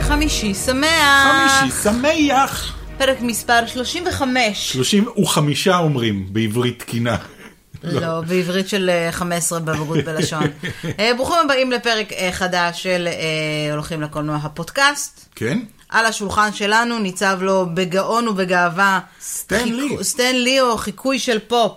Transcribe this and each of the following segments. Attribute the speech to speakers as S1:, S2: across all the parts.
S1: חמישי שמח!
S2: חמישי שמח!
S1: פרק מספר 35.
S2: 35 אומרים בעברית תקינה.
S1: לא, בעברית של אה, 15 בבגרות בלשון. אה, ברוכים הבאים לפרק אה, חדש של אה, הולכים לקולנוע הפודקאסט.
S2: כן?
S1: על השולחן שלנו ניצב לו בגאון ובגאווה
S2: סטן
S1: חיק-
S2: לי.
S1: סטן לי או חיקוי של פופ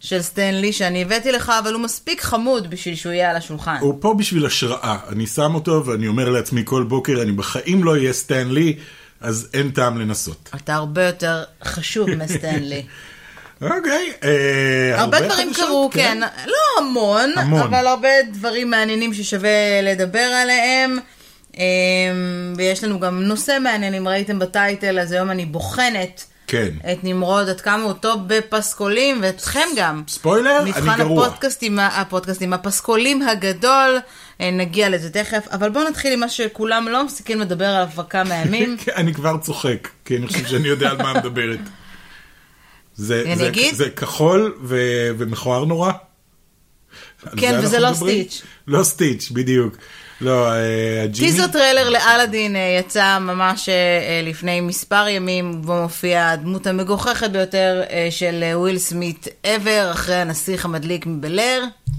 S1: של סטן לי שאני הבאתי לך, אבל הוא מספיק חמוד בשביל שהוא יהיה על השולחן.
S2: הוא פה בשביל השראה. אני שם אותו ואני אומר לעצמי כל בוקר, אני בחיים לא אהיה סטן לי, אז אין טעם לנסות.
S1: אתה הרבה יותר חשוב מסטן לי.
S2: אוקיי. אה,
S1: הרבה דברים
S2: חדשות,
S1: קרו, כן. לא המון,
S2: המון.
S1: אבל הרבה דברים מעניינים ששווה לדבר עליהם. אמ, ויש לנו גם נושא מעניין, אם ראיתם בטייטל, אז היום אני בוחנת
S2: כן.
S1: את נמרוד, עד כמה הוא טוב בפסקולים, ואתכם גם.
S2: ספוילר, אני
S1: מבחן
S2: גרוע.
S1: הפודקאסטים, הפודקאסטים, הפסקולים הגדול, אה, נגיע לזה תכף, אבל בואו נתחיל עם מה שכולם לא מפסיקים לדבר עליו כבר כמה ימים.
S2: כן, אני כבר צוחק, כי אני חושב שאני יודע על מה מדברת. זה,
S1: אני
S2: זה,
S1: אגיד?
S2: זה כחול ו... ומכוער נורא. על
S1: כן,
S2: זה
S1: וזה
S2: אנחנו
S1: לא
S2: מדברים?
S1: סטיץ'.
S2: לא סטיץ', בדיוק. לא, אה, הג'יני.
S1: טיזר טריילר לאלאדין אה, יצא ממש אה, אה, לפני מספר ימים, בו מופיעה הדמות המגוחכת ביותר אה, של אה, וויל סמית ever, אחרי הנסיך המדליק מבלר.
S2: אה,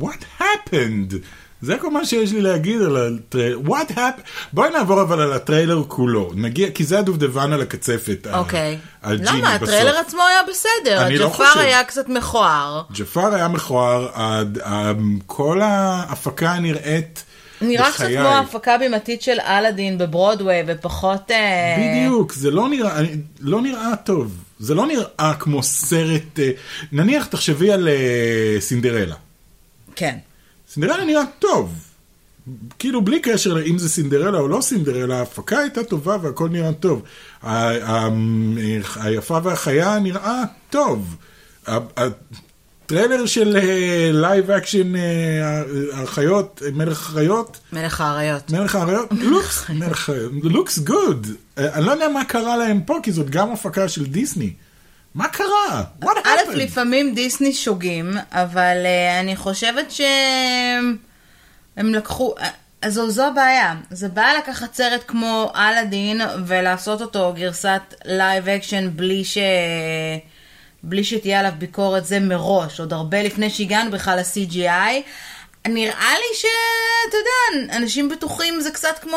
S2: What happened? זה כל מה שיש לי להגיד על הטריילר. What happened? בואי נעבור אבל על הטריילר כולו. נגיע, כי זה הדובדבן על הקצפת. ה-
S1: אוקיי.
S2: הג'יני
S1: למה?
S2: בסוף.
S1: הטריילר עצמו היה בסדר,
S2: אני לא
S1: הג'פר
S2: חושב.
S1: היה קצת מכוער.
S2: ג'פר היה מכוער, עד, ה- כל ההפקה נראית...
S1: נראה קצת
S2: בחיי.
S1: כמו ההפקה בימתית של אלאדין בברודוויי, ופחות... אה,
S2: בדיוק, זה לא נראה, אני- לא נראה טוב. זה לא נראה כמו סרט, אה, נניח תחשבי על אה, סינדרלה.
S1: כן.
S2: סינדרלה נראה טוב. כאילו בלי קשר לאם זה סינדרלה או לא סינדרלה, ההפקה הייתה טובה והכל נראה טוב. ה- ה- היפה והחיה נראה טוב. ה- הטריילר של אה, לייב אקשן אה, החיות, מלך החיות,
S1: מלך האריות.
S2: מלך האריות, לא, לוקס, מלך לוקס גוד. אני לא יודע מה קרה להם פה, כי זאת גם הפקה של דיסני. מה קרה? What
S1: א',
S2: happened?
S1: לפעמים דיסני שוגים, אבל אה, אני חושבת שהם הם לקחו... אה, אז זו, זו הבעיה, זה בעיה לקחת סרט כמו אלאדין ולעשות אותו גרסת לייב אקשן בלי ש... בלי שתהיה עליו ביקורת זה מראש, עוד הרבה לפני שהגענו בכלל ל-CGI. נראה לי שאתה יודע, אנשים בטוחים זה קצת כמו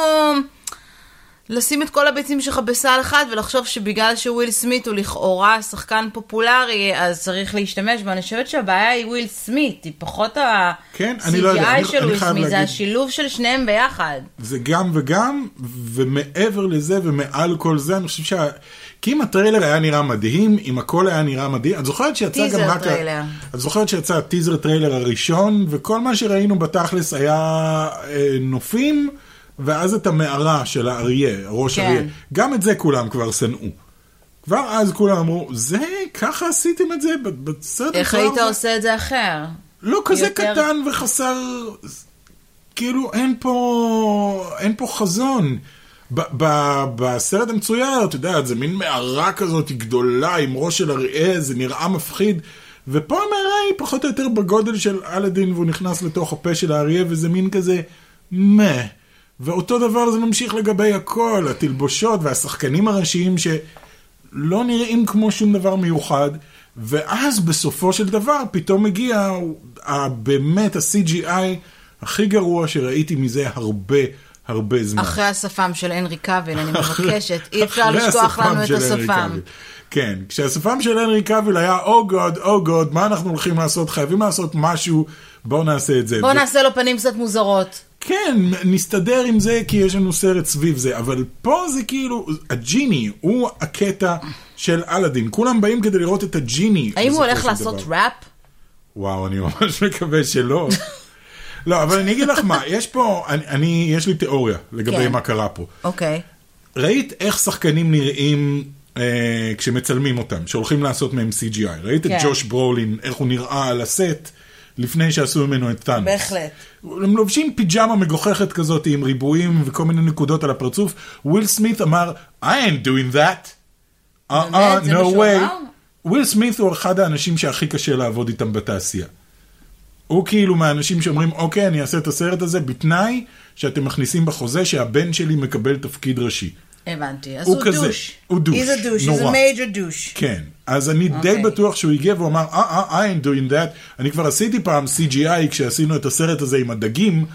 S1: לשים את כל הביצים שלך בסל אחד ולחשוב שבגלל שוויל סמית הוא לכאורה שחקן פופולרי, אז צריך להשתמש בו. אני חושבת שהבעיה היא וויל סמית, היא פחות ה...
S2: כן, אני לא יודע,
S1: CGI
S2: אני-
S1: של
S2: אני
S1: וויל
S2: חייב
S1: סמית, זה
S2: להגיד.
S1: השילוב של שניהם ביחד.
S2: זה גם וגם, ומעבר לזה ומעל כל זה, אני חושב שה... כי אם הטריילר היה נראה מדהים, אם הכל היה נראה מדהים, את זוכרת שיצא גם
S1: טיזר
S2: רק... ה-
S1: טריילר.
S2: את זוכרת שיצא הטיזר טריילר הראשון, וכל מה שראינו בתכלס היה אה, נופים, ואז את המערה של האריה, ראש
S1: כן.
S2: אריה. גם את זה כולם כבר שנאו. כבר אז כולם אמרו, זה, ככה עשיתם את זה ב- בסרט.
S1: איך
S2: כבר
S1: היית
S2: זה-
S1: עושה את זה אחר?
S2: לא כזה
S1: יותר-
S2: קטן וחסר, כאילו אין פה, אין פה חזון. ב- ב- בסרט המצויר, את יודעת, זה מין מערה כזאת גדולה עם ראש של אריה, זה נראה מפחיד. ופה המערה היא פחות או יותר בגודל של אלאדין, והוא נכנס לתוך הפה של האריה, וזה מין כזה, מה. ואותו דבר זה ממשיך לגבי הכל, התלבושות והשחקנים הראשיים ש... לא נראים כמו שום דבר מיוחד, ואז בסופו של דבר פתאום מגיע ה- באמת ה-CGI הכי גרוע שראיתי מזה הרבה הרבה זמן.
S1: אחרי השפם של הנרי קאביל, אני מבקשת, אי אפשר
S2: לא. אחרי
S1: לשכוח
S2: השפם
S1: לנו את
S2: של הנרי
S1: השפם.
S2: קאביל. כן, כשהשפם של הנרי קאביל היה, "Oh או גוד, או גוד, מה אנחנו הולכים לעשות? חייבים לעשות משהו, בואו נעשה את זה.
S1: בוא
S2: ו-
S1: נעשה לו פנים קצת מוזרות.
S2: כן, נסתדר עם זה כי יש לנו סרט סביב זה, אבל פה זה כאילו, הג'יני הוא הקטע של אלאדין. כולם באים כדי לראות את הג'יני.
S1: האם הוא
S2: בסופו
S1: הולך
S2: של
S1: לעשות
S2: דבר.
S1: ראפ?
S2: וואו, אני ממש מקווה שלא. לא, אבל אני אגיד לך מה, יש פה, אני, אני יש לי תיאוריה לגבי
S1: כן.
S2: מה קרה פה.
S1: אוקיי.
S2: ראית איך שחקנים נראים אה, כשמצלמים אותם, שהולכים לעשות מהם CGI. ראית
S1: כן.
S2: את ג'וש ברולין, איך הוא נראה על הסט, לפני שעשו ממנו את טאנוס.
S1: בהחלט.
S2: הם לובשים פיג'מה מגוחכת כזאת עם ריבועים וכל מיני נקודות על הפרצוף. וויל סמית אמר, I ain't doing that. אה, אה,
S1: זה
S2: no
S1: מה שהוא
S2: way.
S1: אמר?
S2: וויל סמית הוא אחד האנשים שהכי קשה לעבוד איתם בתעשייה. הוא כאילו מהאנשים שאומרים, אוקיי, אני אעשה את הסרט הזה בתנאי שאתם מכניסים בחוזה שהבן שלי מקבל תפקיד ראשי.
S1: הבנתי. אז
S2: הוא
S1: הוא
S2: כזה,
S1: דוש.
S2: הוא דוש,
S1: He's a douche, he's
S2: נורא.
S1: a major douche.
S2: כן, אז אני okay. די
S1: אוקיי.
S2: בטוח שהוא הגיע והוא אמר, אה, אה, I ain't doing that. אני כבר עשיתי פעם CGI כשעשינו את הסרט הזה עם הדגים,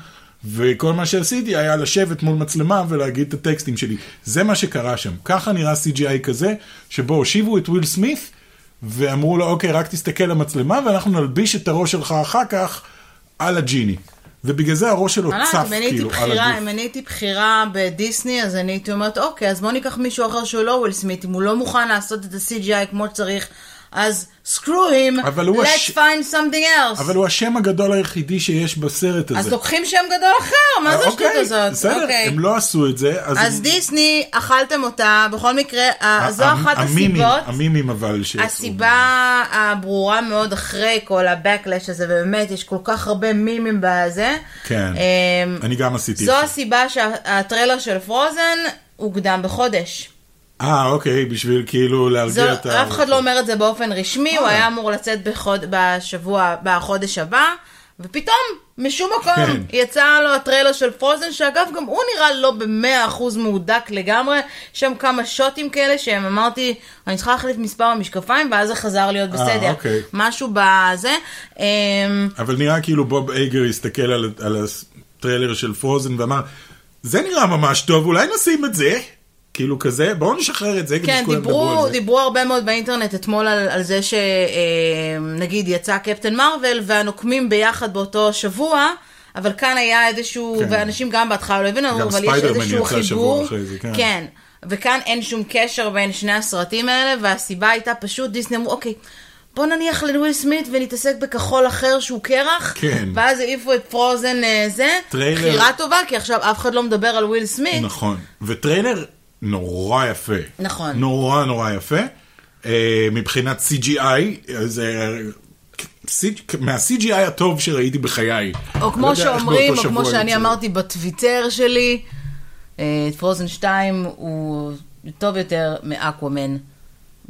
S2: וכל מה שעשיתי היה לשבת מול מצלמה ולהגיד את הטקסטים שלי. זה מה שקרה שם. ככה נראה CGI כזה, שבו הושיבו את וויל סמית, ואמרו לו, אוקיי, רק תסתכל למצלמה, ואנחנו נלביש את הראש שלך אחר כך על הג'יני. ובגלל זה הראש שלו
S1: אני לא יודעת, אם
S2: צף
S1: אני הייתי
S2: כאילו על הגוף.
S1: בחירה, אם אני הייתי בחירה בדיסני, אז אני הייתי אומרת, אוקיי, אז בוא ניקח מישהו אחר שהוא לא וויל סמית, אם הוא לא מוכן לעשות את ה-CGI כמו שצריך, אז screw him,
S2: אבל הוא הש-
S1: let's find something else.
S2: אבל הוא השם הגדול היחידי שיש בסרט הזה.
S1: אז לוקחים שם גדול אחר, מה זה השטות
S2: אוקיי,
S1: הזאת?
S2: בסדר,
S1: אוקיי.
S2: הם לא עשו את זה. אז,
S1: אז דיסני, אכלתם אותה, בכל מקרה, אה,
S2: ה-
S1: זו
S2: ה-
S1: אחת
S2: המימים,
S1: הסיבות.
S2: המימים אבל שיצאו.
S1: הסיבה הברורה מאוד אחרי כל ה-Backlash הזה, ובאמת, יש כל כך הרבה מימים בזה.
S2: כן.
S1: אמ,
S2: אני גם עשיתי את
S1: זו
S2: זה.
S1: הסיבה שהטריילר של פרוזן הוקדם בחודש.
S2: אה, אוקיי, בשביל כאילו
S1: זו,
S2: להרגיע את ה...
S1: אף אחד לא אומר את זה באופן רשמי,
S2: אוקיי.
S1: הוא היה אמור לצאת בחוד, בשבוע, בחודש הבא, ופתאום, משום
S2: כן.
S1: מקום, יצא לו הטריילר של פרוזן, שאגב, גם הוא נראה לא במאה אחוז מהודק לגמרי, יש שם כמה שוטים כאלה שהם אמרתי, אני צריכה להחליף מספר המשקפיים, ואז זה חזר להיות בסדר.
S2: אוקיי.
S1: משהו בזה. אמ,
S2: אבל נראה כאילו בוב אייגר הסתכל על, על הטריילר של פרוזן ואמר, זה נראה ממש טוב, אולי נשים את זה? כאילו כזה, בואו נשחרר את זה כדי
S1: כן,
S2: שכולם ידברו
S1: דיברו,
S2: על זה.
S1: דיברו הרבה מאוד באינטרנט אתמול על, על זה שנגיד יצא קפטן מרוויל והנוקמים ביחד באותו שבוע, אבל כאן היה איזשהו,
S2: כן.
S1: כן. ואנשים גם בהתחלה לא הבינו,
S2: גם
S1: אבל יש
S2: ספיידרמן
S1: איזשהו
S2: יצא שבוע
S1: חיבור.
S2: אחרי זה, כן.
S1: כן, וכאן אין שום קשר בין שני הסרטים האלה, והסיבה הייתה פשוט, דיסני אמרו, אוקיי. בוא נניח ללואיל סמית ונתעסק בכחול אחר שהוא קרח,
S2: כן.
S1: ואז העיפו את פרוזן אה, זה,
S2: טריילר.
S1: בחירה טובה, כי עכשיו אף אחד לא מדבר על וויל סמית,
S2: נכון, וטריילר נורא יפה.
S1: נכון.
S2: נורא נורא יפה. אה, מבחינת CGI, זה... מה-CGI הטוב שראיתי בחיי.
S1: או
S2: לא
S1: כמו
S2: יודע איך
S1: שאומרים, או
S2: באותו
S1: כמו
S2: שבוע
S1: שאני
S2: יצא.
S1: אמרתי בטוויטר שלי, אה, את פרוזן 2 הוא טוב יותר מאקוואמן.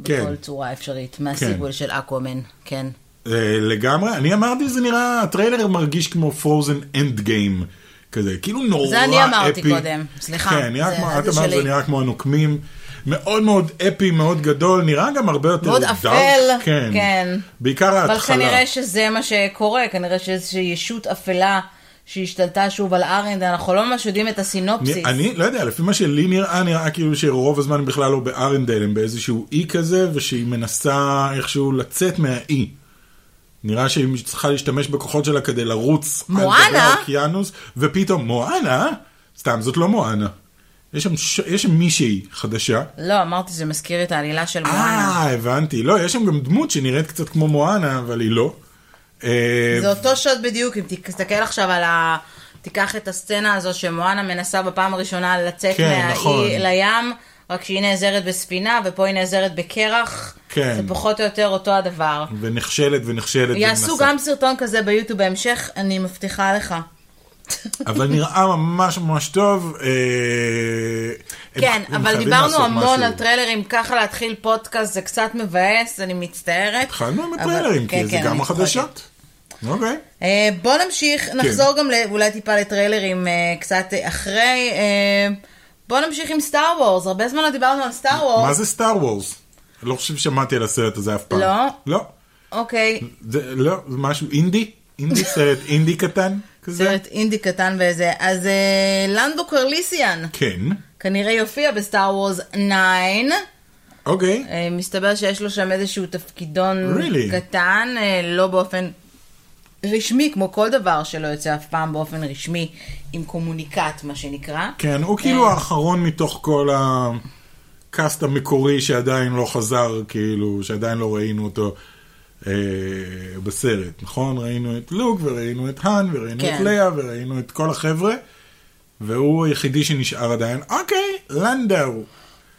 S2: כן.
S1: בכל צורה אפשרית, מהסיגול של אקוואמן, כן.
S2: אה, לגמרי, אני אמרתי, זה נראה, הטריילר מרגיש כמו פרוזן אנד גיים. כזה, כאילו נורא אפי.
S1: זה אני אמרתי קודם, סליחה.
S2: כן, נראה
S1: זה-
S2: כמו,
S1: זה
S2: את אמרת, זה
S1: שלי.
S2: נראה כמו הנוקמים. מאוד מאוד אפי, מאוד גדול, נראה גם הרבה יותר
S1: מאוד
S2: דארק.
S1: אפל,
S2: כן.
S1: כן.
S2: בעיקר
S1: אבל
S2: ההתחלה.
S1: כנראה שזה מה שקורה, כנראה שאיזושהי ישות אפלה שהשתלטה שוב על ארנד, אנחנו לא ממש יודעים את הסינופסיס.
S2: אני לא יודע, לפי מה שלי נראה, נראה כאילו שרוב הזמן הם בכלל לא בארנדל, הם באיזשהו אי כזה, ושהיא מנסה איכשהו לצאת מהאי. נראה שהיא צריכה להשתמש בכוחות שלה כדי לרוץ על
S1: מואנה?
S2: גבי האוקיינוס, ופתאום מואנה? סתם, זאת לא מואנה. יש שם, ש... יש שם מישהי חדשה.
S1: לא, אמרתי, זה מזכיר לי את העלילה של מואנה.
S2: אה, הבנתי. לא, יש שם גם דמות שנראית קצת כמו מואנה, אבל היא לא. אה,
S1: זה אותו שוט בדיוק, אם תסתכל עכשיו על ה... תיקח את הסצנה הזו שמואנה מנסה בפעם הראשונה לצאת
S2: כן,
S1: מהאי
S2: נכון.
S1: לים, רק שהיא נעזרת בספינה, ופה היא נעזרת בקרח.
S2: כן.
S1: זה פחות או יותר אותו הדבר.
S2: ונכשלת ונכשלת.
S1: יעשו
S2: ומנסה.
S1: גם סרטון כזה ביוטיוב בהמשך, אני מבטיחה לך.
S2: אבל נראה ממש ממש טוב. אה, הם-
S1: כן,
S2: הם
S1: אבל
S2: חייבים
S1: דיברנו
S2: לעשות
S1: המון
S2: משהו.
S1: על טריילרים, ככה להתחיל פודקאסט זה קצת מבאס, אני מצטערת.
S2: התחלנו עם
S1: אבל-
S2: הטריילרים,
S1: כן,
S2: כי זה
S1: כן,
S2: גם
S1: אני צוחקת.
S2: החדשות. אוקיי.
S1: אה, בוא נמשיך,
S2: כן.
S1: נחזור גם לא- אולי טיפה לטריילרים אה, קצת אה, אחרי. אה, בוא נמשיך עם סטאר וורס, הרבה זמן לא דיברנו על סטאר
S2: מה
S1: וורס.
S2: זה סטאר וורס? לא חושב ששמעתי על הסרט הזה אף פעם.
S1: לא?
S2: לא.
S1: אוקיי,
S2: זה לא, זה משהו אינדי? אינדי סרט אינדי קטן? כזה?
S1: סרט אינדי קטן וזה. אז אה, לנדו קרליסיאן
S2: כן.
S1: כנראה יופיע בסטאר וורס 9.
S2: אוקיי.
S1: אה, מסתבר שיש לו שם איזשהו תפקידון
S2: Really?
S1: קטן, אה, לא באופן רשמי, כמו כל דבר שלא יוצא אף פעם באופן רשמי, עם קומוניקט, מה שנקרא.
S2: כן, הוא כאילו האחרון מתוך כל הקאסט המקורי שעדיין לא חזר, כאילו, שעדיין לא ראינו אותו אה, בסרט, נכון? ראינו את לוק, וראינו את האן, וראינו
S1: כן.
S2: את לאה, וראינו את כל החבר'ה, והוא היחידי שנשאר עדיין. אוקיי, לנדאו.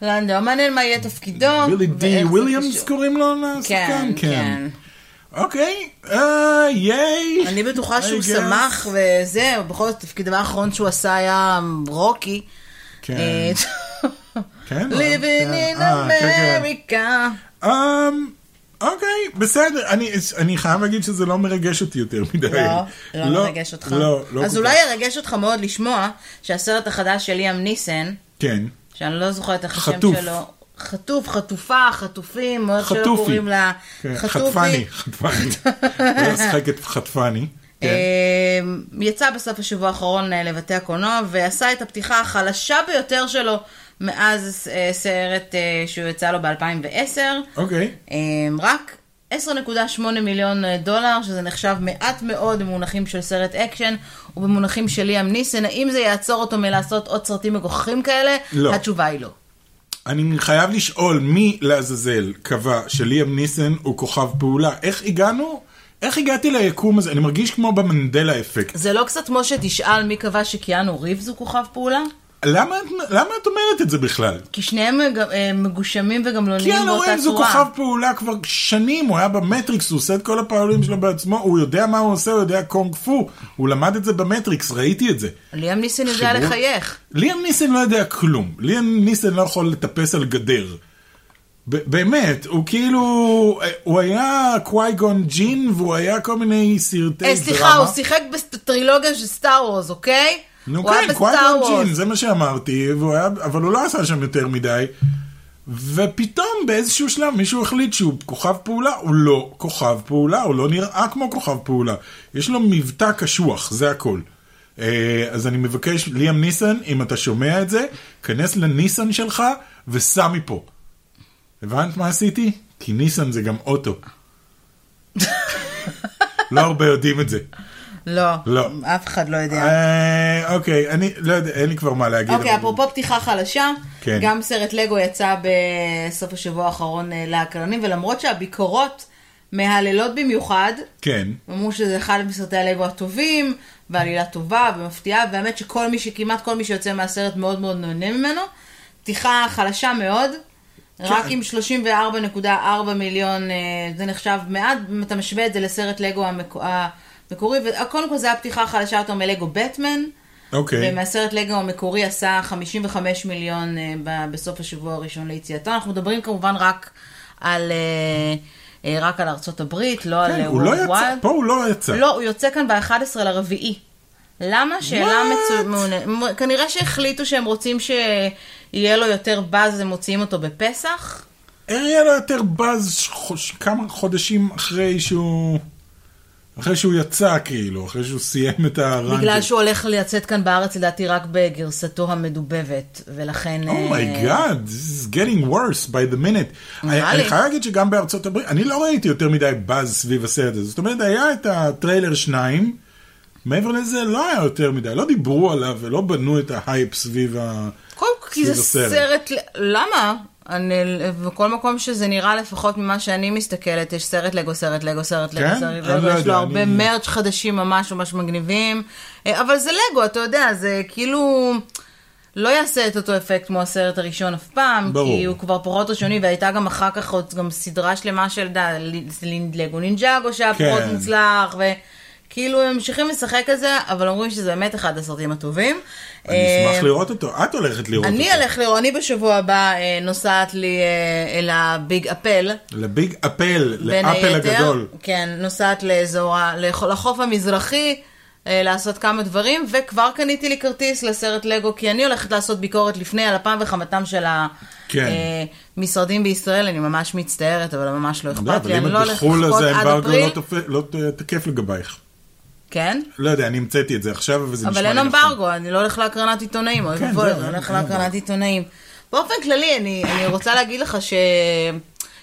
S1: לנדו, מעניין מה יהיה תפקידו.
S2: בילי די
S1: ואיך זה
S2: וויליאמס
S1: קשור.
S2: קוראים לו לשחקן?
S1: אה, כן, כן.
S2: אוקיי, אה, ייי.
S1: אני בטוחה
S2: I
S1: שהוא
S2: guess.
S1: שמח וזהו, בכל זאת, תפקיד הדבר האחרון שהוא עשה היה רוקי.
S2: כן,
S1: אה,
S2: כן.
S1: Living
S2: כן.
S1: in
S2: אה, כן, כן.
S1: America.
S2: אמ, אוקיי, בסדר. אני, אני חייב להגיד שזה לא מרגש אותי יותר מדי.
S1: לא, לא, מרגש אותך.
S2: לא, לא
S1: אז
S2: כל
S1: אולי
S2: כך.
S1: ירגש אותך מאוד לשמוע שהסרט החדש של ליאם ניסן,
S2: כן.
S1: שאני לא זוכרת איך
S2: חטוף.
S1: השם שלו. חטוף, חטופה, חטופים, או איך שלא
S2: חטופי.
S1: קוראים לה.
S2: כן,
S1: חטופי.
S2: חטפני, חטפני. הוא לא משחק את חטפני. כן.
S1: אה, יצא בסוף השבוע האחרון אה, לבתי הקולנוע ועשה את הפתיחה החלשה ביותר שלו מאז אה, סרט אה, שהוא יצא לו ב-2010.
S2: אוקיי.
S1: רק 10.8 מיליון אה, דולר, שזה נחשב מעט מאוד במונחים של סרט אקשן ובמונחים של ליאם ניסן. האם זה יעצור אותו מלעשות עוד סרטים מגוחכים כאלה?
S2: לא.
S1: התשובה היא לא.
S2: אני חייב לשאול מי לעזאזל קבע שליאם ניסן הוא כוכב פעולה. איך הגענו? איך הגעתי ליקום הזה? אני מרגיש כמו במנדלה אפקט.
S1: זה לא קצת כמו שתשאל מי קבע שקיאנו ריבס הוא כוכב פעולה?
S2: למה, את- למה את אומרת את זה בכלל?
S1: כי שניהם אה, גם, אה, מגושמים וגמלוניים
S2: קיאנו
S1: באותה צורה.
S2: ריבס הוא כוכב פעולה כבר שנים, הוא היה במטריקס, הוא עושה את כל הפעולים שלו בעצמו, הוא יודע מה הוא עושה, הוא יודע קונג פו, הוא למד את זה במטריקס, ראיתי את זה.
S1: ליאם ניסן יודע
S2: חיבור.
S1: לחייך.
S2: ליאם ניסן לא יודע כלום, ליאם ניסן לא יכול לטפס על גדר. ב- באמת, הוא כאילו, אה, הוא היה קווייגון ג'ין והוא היה כל מיני סרטי
S1: אה,
S2: דרמה.
S1: סליחה, הוא שיחק בטרילוגיה של סטאר וורס, אוקיי?
S2: נו
S1: הוא היה
S2: כן,
S1: בסטאר
S2: קווייגון
S1: וורס.
S2: ג'ין, זה מה שאמרתי, והוא היה, אבל הוא לא עשה שם יותר מדי. ופתאום באיזשהו שלב מישהו החליט שהוא כוכב פעולה, הוא לא כוכב פעולה, הוא לא נראה כמו כוכב פעולה. יש לו מבטא קשוח, זה הכל. אה, אז אני מבקש, ליאם ניסן, אם אתה שומע את זה, כנס לניסן שלך וסע מפה. הבנת מה עשיתי? כי ניסן זה גם אוטו. לא הרבה יודעים את זה.
S1: לא,
S2: לא.
S1: אף אחד לא יודע.
S2: אה, אוקיי, אני לא יודע, אין לי כבר מה להגיד.
S1: אוקיי,
S2: אבל-
S1: אפרופו פתיחה חלשה,
S2: כן.
S1: גם סרט לגו יצא בסוף השבוע האחרון אה, להקרנים, ולמרות שהביקורות מהללות במיוחד,
S2: כן.
S1: אמרו שזה אחד מסרטי הלגו הטובים, ועלילה טובה ומפתיעה, והאמת שכל מי שכמעט כל מי שיוצא מהסרט מאוד מאוד נהנה ממנו. פתיחה חלשה מאוד,
S2: כן.
S1: רק עם 34.4 מיליון, אה, זה נחשב מעט, אם אתה משווה את זה לסרט לגו המק- המקורי, וקודם כל זה היה פתיחה חלשה יותר מלגו בטמן.
S2: אוקיי,
S1: ומהסרט לגו המקורי עשה 55 מיליון אה, ב- בסוף השבוע הראשון ליציאתו. אנחנו מדברים כמובן רק על, אה, אה, רק על ארצות הברית, לא על
S2: כן,
S1: אה,
S2: הוא לא
S1: Worldwide.
S2: יצא, פה הוא לא יצא.
S1: לא, הוא יוצא כאן ב-11 לרביעי. למה? שאלה
S2: What?
S1: מצוינת. כנראה שהחליטו שהם רוצים שיהיה לו יותר באז, הם מוציאים אותו בפסח.
S2: אריאל היה לא יותר בז חוש- כמה חודשים אחרי שהוא... אחרי שהוא יצא, כאילו, אחרי שהוא סיים את הראנט.
S1: בגלל שהוא הולך לצאת כאן בארץ, לדעתי, רק בגרסתו המדובבת, ולכן... אה,
S2: אומייגאד, Oh this is getting worse by the minute. אני
S1: נראה
S2: אני
S1: לי.
S2: חייב להגיד שגם בארצות הברית, אני לא ראיתי יותר מדי באז סביב הסרט הזה. זאת אומרת, היה את הטריילר שניים, מעבר לזה לא היה יותר מדי, לא דיברו עליו ולא בנו את ההייפ סביב ה...
S1: קודם כל, כי זה
S2: סרט.
S1: סרט, ל- למה? אני, בכל מקום שזה נראה, לפחות ממה שאני מסתכלת, יש סרט לגו, סרט לגו, סרט לגו,
S2: כן?
S1: סרט
S2: אני
S1: לגו,
S2: לא
S1: יש
S2: יודע,
S1: לו הרבה
S2: אני-
S1: מרץ' חדשים ממש ממש מגניבים, אה, אבל זה לגו, אתה יודע, זה כאילו... לא יעשה את אותו אפקט כמו הסרט הראשון אף פעם,
S2: ברור.
S1: כי הוא כבר פחות ראשוני, והייתה גם אחר כך עוד גם סדרה שלמה של דה, ל- ל- לגו נינג'אגו שהיה
S2: כן.
S1: פחות מוצלח, וכאילו הם ממשיכים לשחק את זה, אבל אומרים שזה באמת אחד הסרטים הטובים.
S2: אני
S1: אה,
S2: אשמח לראות אותו, את הולכת לראות אותו.
S1: אני אלך לראות, אני בשבוע הבא אה, נוסעת לי אה, אל הביג אפל.
S2: לביג אפל,
S1: בין
S2: לאפל
S1: היתר.
S2: הגדול.
S1: כן, נוסעת לאזור, ה- לח- לחוף המזרחי, אה, לעשות כמה דברים, וכבר קניתי לי כרטיס לסרט לגו, כי אני הולכת לעשות ביקורת לפני על אפם וחמתם של
S2: כן.
S1: המשרדים בישראל, אני ממש מצטערת, אבל ממש לא
S2: לא,
S1: אכפת
S2: אבל
S1: לי, אני
S2: אם
S1: לא
S2: את
S1: הולכת
S2: בחו"ל
S1: לחכות
S2: אז
S1: עד
S2: האמברגו לא
S1: אפריל.
S2: תופ- לא ת- תקף לגבייך.
S1: כן?
S2: לא יודע, אני המצאתי את זה עכשיו, אבל זה נשמע
S1: אבל
S2: לי
S1: אין
S2: נכון.
S1: אמברגו, אני לא הולך להקרנת עיתונאים, אוי
S2: כן,
S1: ואבוי,
S2: זהו,
S1: אני לא
S2: אין-
S1: הולך
S2: אין
S1: להקרנת
S2: אמברגו.
S1: עיתונאים. באופן כללי, אני אני רוצה להגיד לך ש...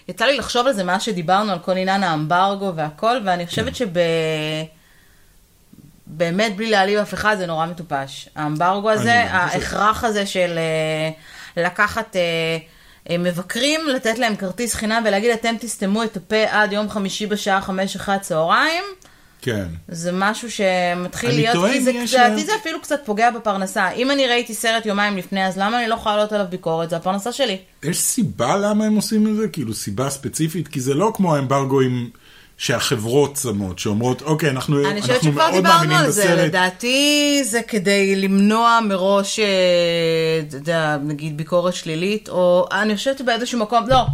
S1: יצא לי לחשוב על זה מאז שדיברנו על כל עניין האמברגו והכל, ואני
S2: כן.
S1: חושבת שב... באמת, בלי להעליב אף אחד, זה נורא מטופש. האמברגו הזה,
S2: אני חושב-
S1: ההכרח הזה של אה, לקחת אה, אה, מבקרים, לתת להם כרטיס חינם ולהגיד, אתם תסתמו את הפה עד יום חמישי בשעה חמש אחרי הצהריים.
S2: כן.
S1: זה משהו שמתחיל
S2: אני
S1: להיות,
S2: טועה
S1: כי
S2: אם
S1: זה,
S2: יש
S1: לדעתי
S2: לה-
S1: זה אפילו קצת פוגע בפרנסה. אם אני ראיתי סרט יומיים לפני, אז למה אני לא יכולה לעלות עליו ביקורת? זה הפרנסה שלי.
S2: יש סיבה למה הם עושים את זה? כאילו, סיבה ספציפית? כי זה לא כמו האמברגוים שהחברות שמות, שאומרות, אוקיי, אנחנו
S1: אני חושבת
S2: אנחנו
S1: שכבר
S2: מאוד
S1: דיברנו
S2: מאמינים
S1: על זה,
S2: בסרט.
S1: לדעתי זה כדי למנוע מראש, אה, אתה יודע, נגיד ביקורת שלילית, או אני חושבת שבאיזשהו מקום, לא,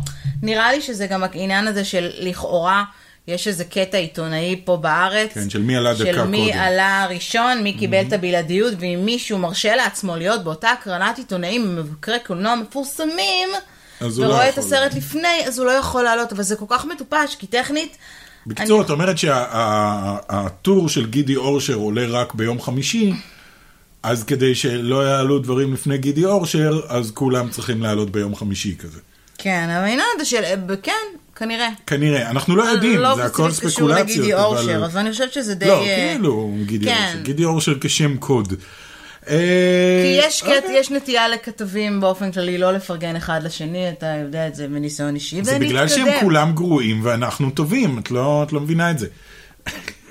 S1: נראה לי שזה גם העניין הזה של לכאורה, יש איזה קטע עיתונאי פה בארץ.
S2: כן, של מי עלה דקה
S1: של מי
S2: קודם. Mm-hmm.
S1: עלה ראשון, מי קיבל את הבלעדיות, ואם מישהו מרשה לעצמו להיות באותה הקרנת עיתונאים עם מבקרי קולנוע מפורסמים,
S2: אז הוא לא
S1: ורואה את
S2: יכול.
S1: הסרט לפני, אז הוא לא יכול לעלות, אבל זה כל כך מטופש, כי טכנית...
S2: בקיצור, את אומרת שהטור של גידי אורשר עולה רק ביום חמישי, אז כדי שלא יעלו דברים לפני גידי אורשר, אז כולם צריכים לעלות ביום חמישי כזה.
S1: כן, אבל העניין הזה של... כן, כנראה.
S2: כנראה, אנחנו לא יודעים,
S1: לא
S2: זה הכל
S1: ספציפית קשור
S2: ספקולציות.
S1: לגידי
S2: אבל-
S1: אורשר, אבל אני חושבת שזה די...
S2: לא,
S1: אה,
S2: כאילו גידי
S1: כן.
S2: אורשר, גידי אורשר כשם קוד. אה,
S1: כי יש,
S2: אוקיי.
S1: קט, יש נטייה לכתבים באופן כללי לא לפרגן אחד לשני, אתה יודע את זה מניסיון אישי,
S2: זה בגלל שהם
S1: ונתקדם.
S2: כולם גרועים ואנחנו טובים, את לא, את לא מבינה את זה.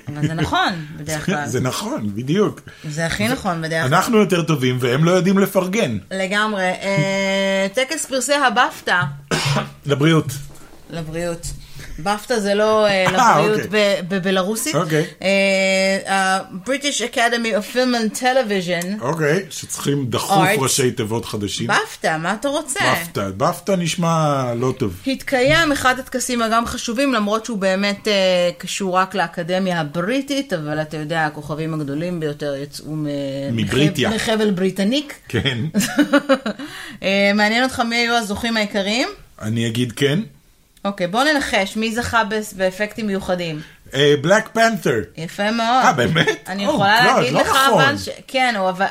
S1: אבל זה נכון, בדרך כלל.
S2: זה נכון, בדיוק.
S1: זה הכי נכון בדרך כלל.
S2: אנחנו יותר טובים והם לא יודעים לפרגן.
S1: לגמרי. אה, טקס פרסי הבפטה
S2: לבריאות.
S1: לבריאות. בפטה זה לא אה,
S2: אה,
S1: לבריאות
S2: אוקיי.
S1: ב- בבלארוסית.
S2: אוקיי.
S1: אה, ה-British Academy of Film and Television,
S2: אוקיי, שצריכים דחוף
S1: Arts.
S2: ראשי תיבות חדשים.
S1: בפטה, מה אתה רוצה?
S2: בפתא. בפתא נשמע לא טוב.
S1: התקיים אחד הטקסים הגם חשובים, למרות שהוא באמת אה, קשור רק לאקדמיה הבריטית, אבל אתה יודע, הכוכבים הגדולים ביותר יצאו מ-
S2: מבריטיה.
S1: מחבל- מחבל בריטניק.
S2: כן.
S1: אה, מעניין אותך מי היו הזוכים העיקריים?
S2: אני אגיד כן.
S1: אוקיי, בוא ננחש, מי זכה בס- באפקטים מיוחדים?
S2: בלק פנת'ר.
S1: יפה מאוד.
S2: אה, באמת?
S1: אני
S2: Oh
S1: יכולה
S2: God,
S1: להגיד
S2: לא
S1: לך,
S2: נכון.
S1: אבל... ש- כן, הוא- אבל-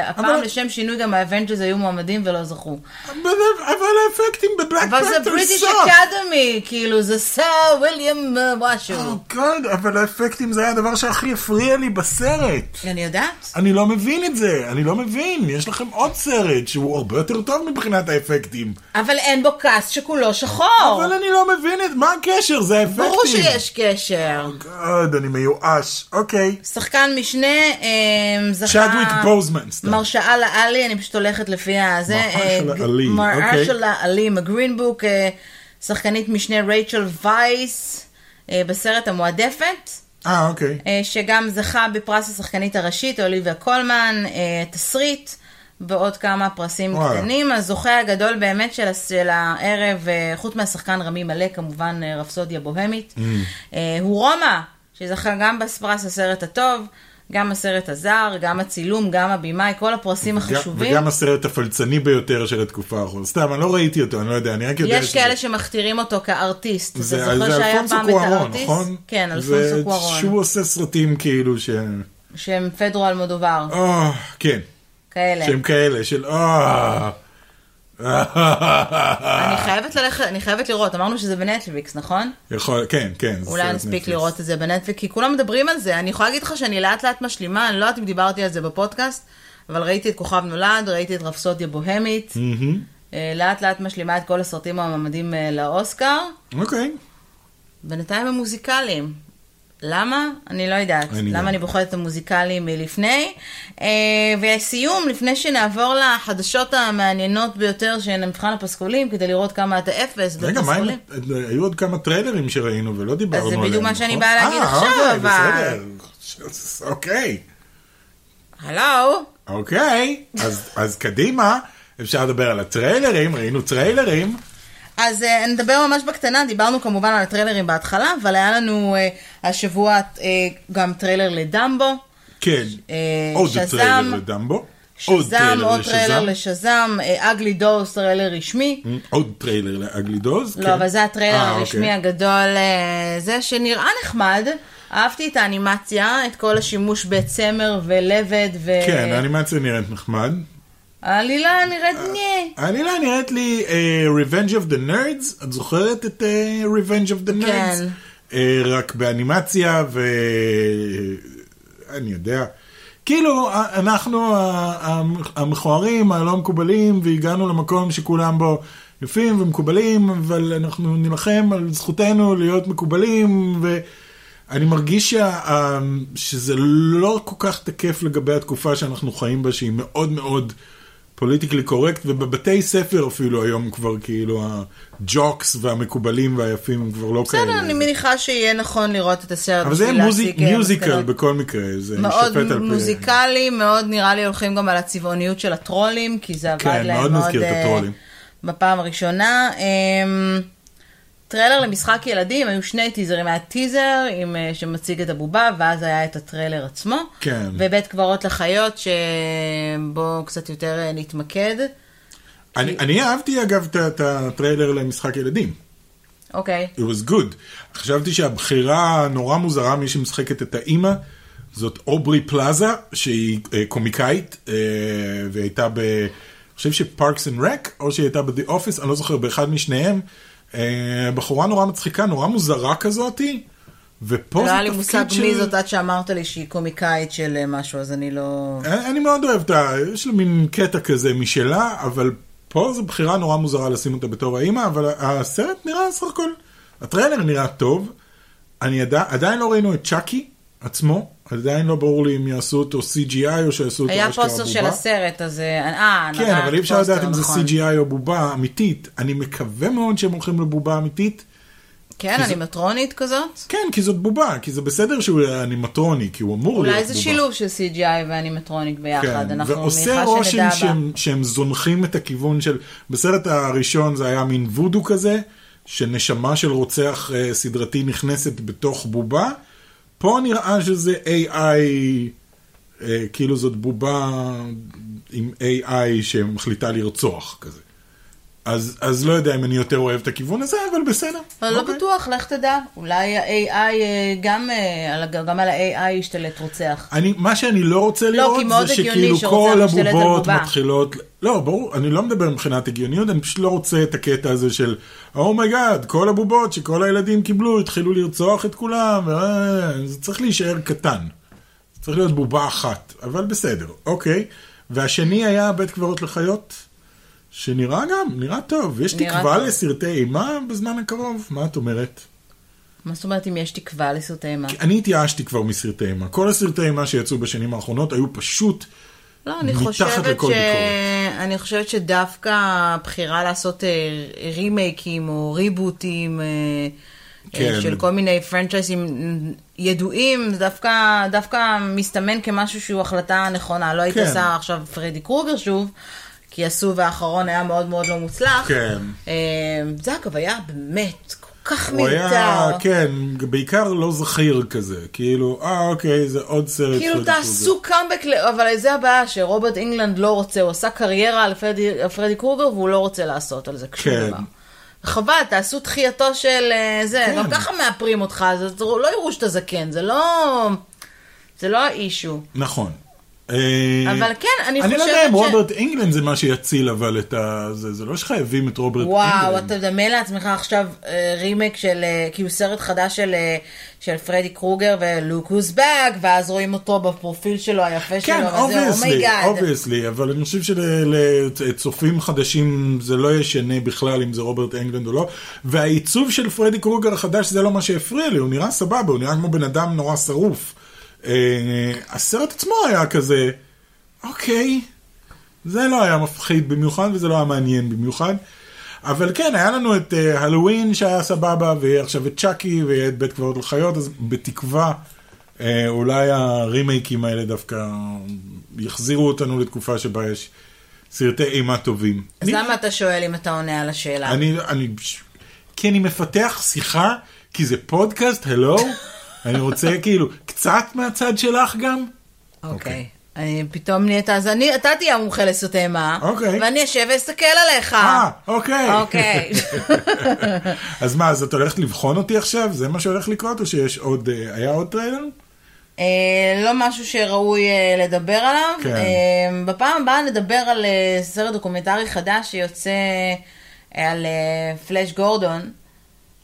S1: והפעם
S2: אבל-
S1: לשם שינוי גם האבנג'רס היו מועמדים ולא זכו.
S2: אבל האפקטים בבלק
S1: אבל זה
S2: פנת'ר
S1: בריטיש
S2: סאק.
S1: אקדמי, כאילו, זה סר וויליאם אה, משהו.
S2: גוד, Oh אבל האפקטים זה היה הדבר שהכי הפריע לי בסרט.
S1: אני יודעת.
S2: אני לא מבין את זה, אני לא מבין. יש לכם עוד סרט שהוא הרבה יותר טוב מבחינת האפקטים.
S1: אבל אין בו כעס שכולו שחור.
S2: אבל אני לא מבין את, מה הקשר? זה האפקטים.
S1: ברור שיש קשר.
S2: אוקיי. גוד, אני מיואש. אוקיי.
S1: שחקן משנה אה, זכה...
S2: צ'אדוויק בוזמן, סתם.
S1: מרשאה לעלי, אני פשוט הולכת לפי הזה. אה,
S2: מרשלה
S1: ג-
S2: עלי, אוקיי.
S1: מרשלה עלי מגרינבוק, אה, שחקנית משנה רייצ'ל וייס אה, בסרט המועדפת,
S2: אה, אוקיי.
S1: אה, שגם זכה בפרס השחקנית הראשית, אוליביה קולמן, אה, תסריט. ועוד כמה פרסים
S2: וואלה.
S1: קטנים. הזוכה הגדול באמת של, הס- של הערב, אה, חוץ מהשחקן רמי מלא, כמובן אה, רפסודיה בוהמית,
S2: Mm.
S1: אה, הוא רומא, שזכה גם בפרס הסרט הטוב, גם הסרט הזר, גם הצילום, גם הבמאי, כל הפרסים החשובים.
S2: וגם הסרט הפלצני ביותר של התקופה האחרונה. סתם, אני לא ראיתי אותו, אני לא יודע, אני רק יודע
S1: יש כאלה שמכתירים אותו כארטיסט. אתה
S2: זה
S1: זוכר
S2: זה
S1: שהיה
S2: אלפונסו
S1: פעם את
S2: קוארון,
S1: הארטיסט?
S2: נכון?
S1: כן, אלפונסו
S2: זה
S1: קוארון.
S2: שהוא עושה סרטים כאילו ש...
S1: שהם פדרו אלמודובר,
S2: אה, כן.
S1: כאלה.
S2: שהם כאלה, של אה...
S1: אני חייבת ללכת, אני חייבת לראות, אמרנו שזה בנטפליקס, נכון?
S2: יכול, כן, כן. זה
S1: אולי
S2: סרט
S1: נספיק
S2: נטפליקס.
S1: לראות את זה בנטפליקס, כי כולם מדברים על זה. אני יכולה להגיד לך שאני לאט לאט משלימה, אני לא יודעת אם דיברתי על זה בפודקאסט, אבל ראיתי את כוכב נולד, ראיתי את רפסודיה בוהמית.
S2: מהמם.
S1: אה, לאט לאט משלימה את כל הסרטים המועמדים אה, לאוסקר.
S2: אוקיי.
S1: בינתיים הם מוזיקליים. למה? אני לא יודעת.
S2: אני גם.
S1: למה אני בוחרת את המוזיקליים מלפני? אה, ולסיום, לפני שנעבור לחדשות המעניינות ביותר שהן המבחן הפסקולים, כדי לראות כמה אתה אפס
S2: רגע, מה עם...
S1: בפסקולים.
S2: היו עוד כמה טריילרים שראינו ולא דיברנו
S1: אז זה
S2: עליהם.
S1: בדיוק מה שאני
S2: נכון?
S1: באה להגיד
S2: אה,
S1: עכשיו,
S2: אוקיי,
S1: אבל-
S2: בסדר. אוקיי.
S1: הלו?
S2: אוקיי, אז, אז קדימה, אפשר לדבר על הטריילרים, ראינו טריילרים.
S1: אז אה, נדבר ממש בקטנה, דיברנו כמובן על הטריילרים בהתחלה, אבל היה לנו אה, השבוע אה, גם טריילר לדמבו.
S2: כן,
S1: אה,
S2: עוד
S1: שזאם.
S2: טריילר לדמבו. עוד
S1: שזם,
S2: טריילר
S1: עוד טריילר
S2: לשזאם.
S1: לשזם, אגלי דורס, טריילר רשמי.
S2: Mm, עוד טריילר לאגלידוז.
S1: לא,
S2: כן.
S1: אבל זה הטריילר
S2: אה,
S1: הרשמי
S2: אוקיי.
S1: הגדול, אה, זה שנראה נחמד. אהבתי את האנימציה, את כל השימוש בצמר ולבד,
S2: כן, האנימציה נראית נחמד.
S1: והעלילה נראית
S2: אה,
S1: נה.
S2: העלילה נראית לי אה, Revenge of the Nerds, את זוכרת את אה, Revenge of the Nerds?
S1: כן.
S2: אה, רק באנימציה ו... אני יודע. כאילו, א- אנחנו ה- המ- המכוערים, הלא מקובלים, והגענו למקום שכולם בו יפים ומקובלים, אבל אנחנו נילחם על זכותנו להיות מקובלים, ואני מרגיש שה... ה- שזה לא כל כך תקף לגבי התקופה שאנחנו חיים בה, שהיא מאוד מאוד פוליטיקלי קורקט, ובבתי ספר אפילו היום כבר כאילו הג'וקס והמקובלים והיפים הם כבר לא כאלה.
S1: בסדר, אני מניחה שיהיה נכון לראות את הסרט.
S2: אבל זה
S1: בשביל
S2: יהיה מוזיק,
S1: להסיק, אה,
S2: מיוזיקל
S1: מסקנות.
S2: בכל מקרה, זה
S1: מאוד
S2: יישפט על פי...
S1: מוזיקלי, מאוד נראה לי הולכים גם על הצבעוניות של הטרולים, כי זה עבד
S2: כן,
S1: להם
S2: מאוד
S1: מאוד...
S2: מזכיר את
S1: אה,
S2: הטרולים.
S1: בפעם הראשונה. אמ, טריילר למשחק ילדים, היו שני טיזרים, היה טיזר עם, אה, שמציג את הבובה, ואז היה את הטריילר עצמו.
S2: כן.
S1: ובית קברות לחיות, שבו קצת יותר אה, נתמקד.
S2: אני, אני אהבתי אגב את ה- את הטריילר למשחק ילדים.
S1: אוקיי.
S2: It was good. חשבתי שהבחירה נורא מוזרה, מי שמשחקת את האימא, זאת אוברי פלאזה, שהיא אה, קומיקאית, אה, והייתה ב... אני חושב שפארקס אנד רק, או שהיא הייתה ב-The Office, אני לא זוכר, באחד משניהם. אה, בחורה נורא מצחיקה, נורא מוזרה כזאתי, ופה
S1: לא
S2: זה
S1: היה לי מושג
S2: תפקיד
S1: מי
S2: של...
S1: זאת עד שאמרת לי שהיא קומיקאית של אה, משהו, אז אני לא...
S2: אה, אני אני מאוד אוהב את ה... יש לה מין קטע כזה משלה, אבל פה זו בחירה נורא מוזרה לשים אותה בתור האימא, אבל הסרט נראה סך הכל, הטריילר נראה טוב. אני עדי... עדיין לא ראינו את צ'אקי עצמו, עדיין לא ברור לי אם יעשו אותו CGI או שיעשו אותו
S1: היה
S2: אשכרה
S1: פוסטר של
S2: בובה.
S1: הסרט, אז... אה, אה,
S2: כן,
S1: נראה
S2: אבל אי אפשר
S1: פוסטר,
S2: לדעת אם זה
S1: נכון.
S2: CGI או בובה אמיתית. אני מקווה מאוד שהם הולכים לבובה אמיתית.
S1: כן,
S2: כי זה-
S1: אנימטרונית כזאת?
S2: כן, כי זאת בובה, כי זה בסדר שהוא אנימטרוני, כי הוא אמור להיות בובה.
S1: אולי זה שילוב של CGI ואנימטרונית ביחד, אנחנו
S2: כן, ועושה
S1: מניחה שנדע
S2: רושם
S1: בה.
S2: שהם, שהם זונחים את הכיוון של... בסרט הראשון זה היה מין וודו כזה, שנשמה של רוצח אה, סדרתי נכנסת בתוך בובה. פה נראה שזה AI, אה, כאילו זאת בובה עם AI שמחליטה לרצוח כזה. אז, אז לא יודע אם אני יותר אוהב את הכיוון הזה, אבל בסדר.
S1: אבל לא
S2: אוקיי.
S1: בטוח, לך תדע. אולי ה-AI, אה, גם אה, על ה- גם על ה-AI ישתלט רוצח.
S2: אני, מה שאני לא רוצה
S1: כי
S2: לראות
S1: מאוד
S2: זה
S1: הגיוני
S2: שכאילו
S1: שרוצח
S2: כל
S1: משתלט על
S2: הבובות
S1: בובה.
S2: מתחילות, לא ברור, אני לא מדבר מבחינת הגיוניות, אני פשוט לא רוצה את הקטע הזה של אומייגאד, oh my God, כל הבובות שכל הילדים קיבלו התחילו לרצוח את כולם, אה, זה צריך להישאר קטן, זה צריך להיות בובה אחת, אבל בסדר, אוקיי, והשני היה בית קברות לחיות, שנראה גם, נראה טוב, יש
S1: נראה
S2: תקווה
S1: טוב.
S2: לסרטי אימה בזמן הקרוב, מה את אומרת?
S1: מה זאת אומרת אם יש תקווה לסרטי אימה?
S2: כי אני התייאשתי כבר מסרטי אימה, כל הסרטי אימה שיצאו בשנים האחרונות היו פשוט
S1: לא, אני
S2: מתחת
S1: חושבת,
S2: לכל
S1: ש...
S2: ביקורת.
S1: אני חושבת שדווקא הבחירה לעשות אה, רימייקים או ריבוטים אה,
S2: כן.
S1: אה, של כל מיני פרנצ'ייסים ידועים, זה דווקא, דווקא מסתמן כמשהו שהוא החלטה נכונה. לא הייתי
S2: כן.
S1: עושה עכשיו פרדי קרוגר שוב, כי הסוב האחרון היה מאוד מאוד לא מוצלח.
S2: כן.
S1: אה, זה אגב היה באמת כל כך
S2: הוא
S1: מיותר.
S2: היה, כן, בעיקר לא זכיר כזה, כאילו, אה, אוקיי, זה עוד סרט.
S1: כאילו
S2: פרדי
S1: תעשו קאמבק, ל- אבל זה הבעיה שרוברט אינגלנד לא רוצה, הוא עשה קריירה על פרדי, על פרדי קרוגר והוא לא רוצה לעשות על זה שום
S2: כן.
S1: דבר. חבל, תעשו דחייתו של אה, זה,
S2: כן.
S1: גם ככה מאפרים אותך, זה, זה לא יראו שאתה זקן, זה לא... זה לא האישו.
S2: קרוגר. נכון. אה,
S1: אבל כן, אני
S2: אני לא
S1: חושבת
S2: יודע אם
S1: ש-
S2: רוברט אינגלנד זה מה שיציל, אבל את ה... זה זה לא שחייבים את רוברט
S1: וואו,
S2: אינגלנד.
S1: אתה מדמה לעצמך עכשיו אה, רימייק של, אה, כאילו סרט חדש של, אה, של פרדי קרוגר ולוקוס באג, ואז רואים אותו בפרופיל שלו היפה
S2: כן,
S1: שלו, וזה oh
S2: אובייסלי,
S1: אומייגאד.
S2: אובייסלי, אבל אני חושב שלצופים חדשים זה לא ישנה בכלל אם זה רוברט אנגלנד או לא. והעיצוב של פרדי קרוגר החדש זה לא מה שהפריע לי, הוא נראה סבבה, הוא נראה כמו בן אדם נורא שרוף. אה, הסרט עצמו היה כזה, אוקיי, זה לא היה מפחיד במיוחד וזה לא היה מעניין במיוחד. אבל כן, היה לנו את אה, הלואוין שהיה סבבה, ועכשיו את צ'אקי, ואת בית קברות לחיות, אז בתקווה אה, אולי הרימייקים האלה דווקא יחזירו אותנו לתקופה שבה יש סרטי אימה טובים.
S1: אז
S2: אני-
S1: למה אתה שואל אם אתה עונה על השאלה?
S2: אני, אני, כי אני מפתח שיחה, כי זה פודקאסט, הלו, אני רוצה כאילו קצת מהצד שלך גם.
S1: אוקיי.
S2: אוקיי.
S1: אני אה, פתאום נהיית, אז אני, אתה תהיה המומחה לסרטי אימה,
S2: אוקיי.
S1: ואני אשב ואסתכל עליך.
S2: אה, אוקיי.
S1: אוקיי.
S2: אז מה, אז את הולכת לבחון אותי עכשיו? זה מה שהולך לקרות, או שיש עוד, אה, היה עוד טריילר?
S1: אה, לא משהו שראוי אה, לדבר עליו.
S2: כן.
S1: אה, בפעם הבאה נדבר על אה, סרט דוקומנטרי חדש שיוצא אה, על אה, פלאש גורדון,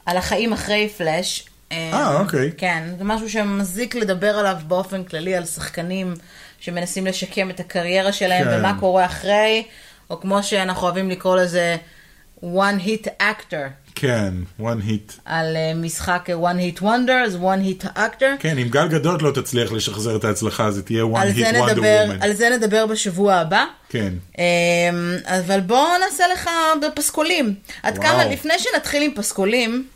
S1: על החיים אחרי פלאש.
S2: אה, אוקיי.
S1: כן, זה משהו שמזיק לדבר עליו באופן כללי, על שחקנים שמנסים לשקם את הקריירה שלהם
S2: כן.
S1: ומה קורה אחרי, או כמו שאנחנו אוהבים לקרוא לזה one hit actor,
S2: כן, one hit.
S1: על אה, משחק אה, one hit wonder, אז one hit actor.
S2: כן, אם גל גדות לא תצליח לשחזר את ההצלחה, זה תהיה one
S1: על
S2: hit
S1: זה,
S2: wonder
S1: נדבר,
S2: woman.
S1: על זה נדבר בשבוע הבא.
S2: כן.
S1: אמ, אבל בואו נעשה לך בפסקולים. עד
S2: וואו.
S1: כמה, לפני שנתחיל עם פסקולים,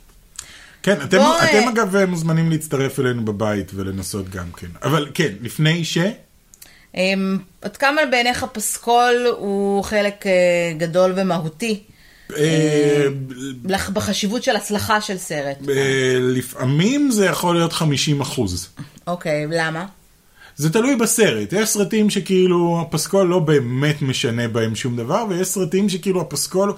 S2: כן, אתם,
S1: בוא,
S2: אתם
S1: אה,
S2: אגב מוזמנים להצטרף אלינו בבית ולנסות גם כן. אבל כן, לפני ש...
S1: אמ, עד כמה בעיניך פסקול הוא חלק אה, גדול ומהותי
S2: אה,
S1: לח- בחשיבות של הצלחה של סרט.
S2: אה, לפעמים זה יכול להיות 50 אחוז.
S1: אוקיי, למה?
S2: זה תלוי בסרט, יש סרטים שכאילו הפסקול לא באמת משנה בהם שום דבר, ויש סרטים שכאילו הפסקול...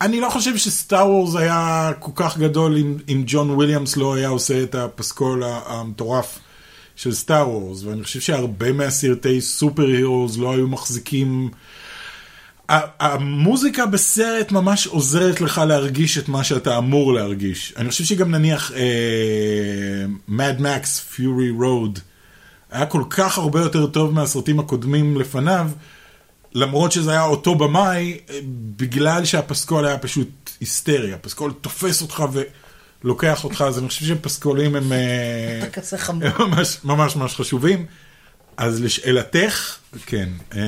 S2: אני לא חושב שסטאר וורז היה כל כך גדול אם, אם ג'ון וויליאמס לא היה עושה את הפסקול ה- המטורף של סטאר וורז, ואני חושב שהרבה מהסרטי סופר הירוז לא היו מחזיקים... ה- המוזיקה בסרט ממש עוזרת לך להרגיש את מה שאתה אמור להרגיש. אני חושב שגם נניח אה, מד מקס, פיורי רוד, היה כל כך הרבה יותר טוב מהסרטים הקודמים לפניו, למרות שזה היה אותו במאי, אה, בגלל שהפסקול היה פשוט היסטרי. הפסקול תופס אותך ולוקח אותך, אז אני חושב שפסקולים הם... אה,
S1: אתה כזה חמור.
S2: הם ממש ממש ממש חשובים. אז לשאלתך, כן, אה,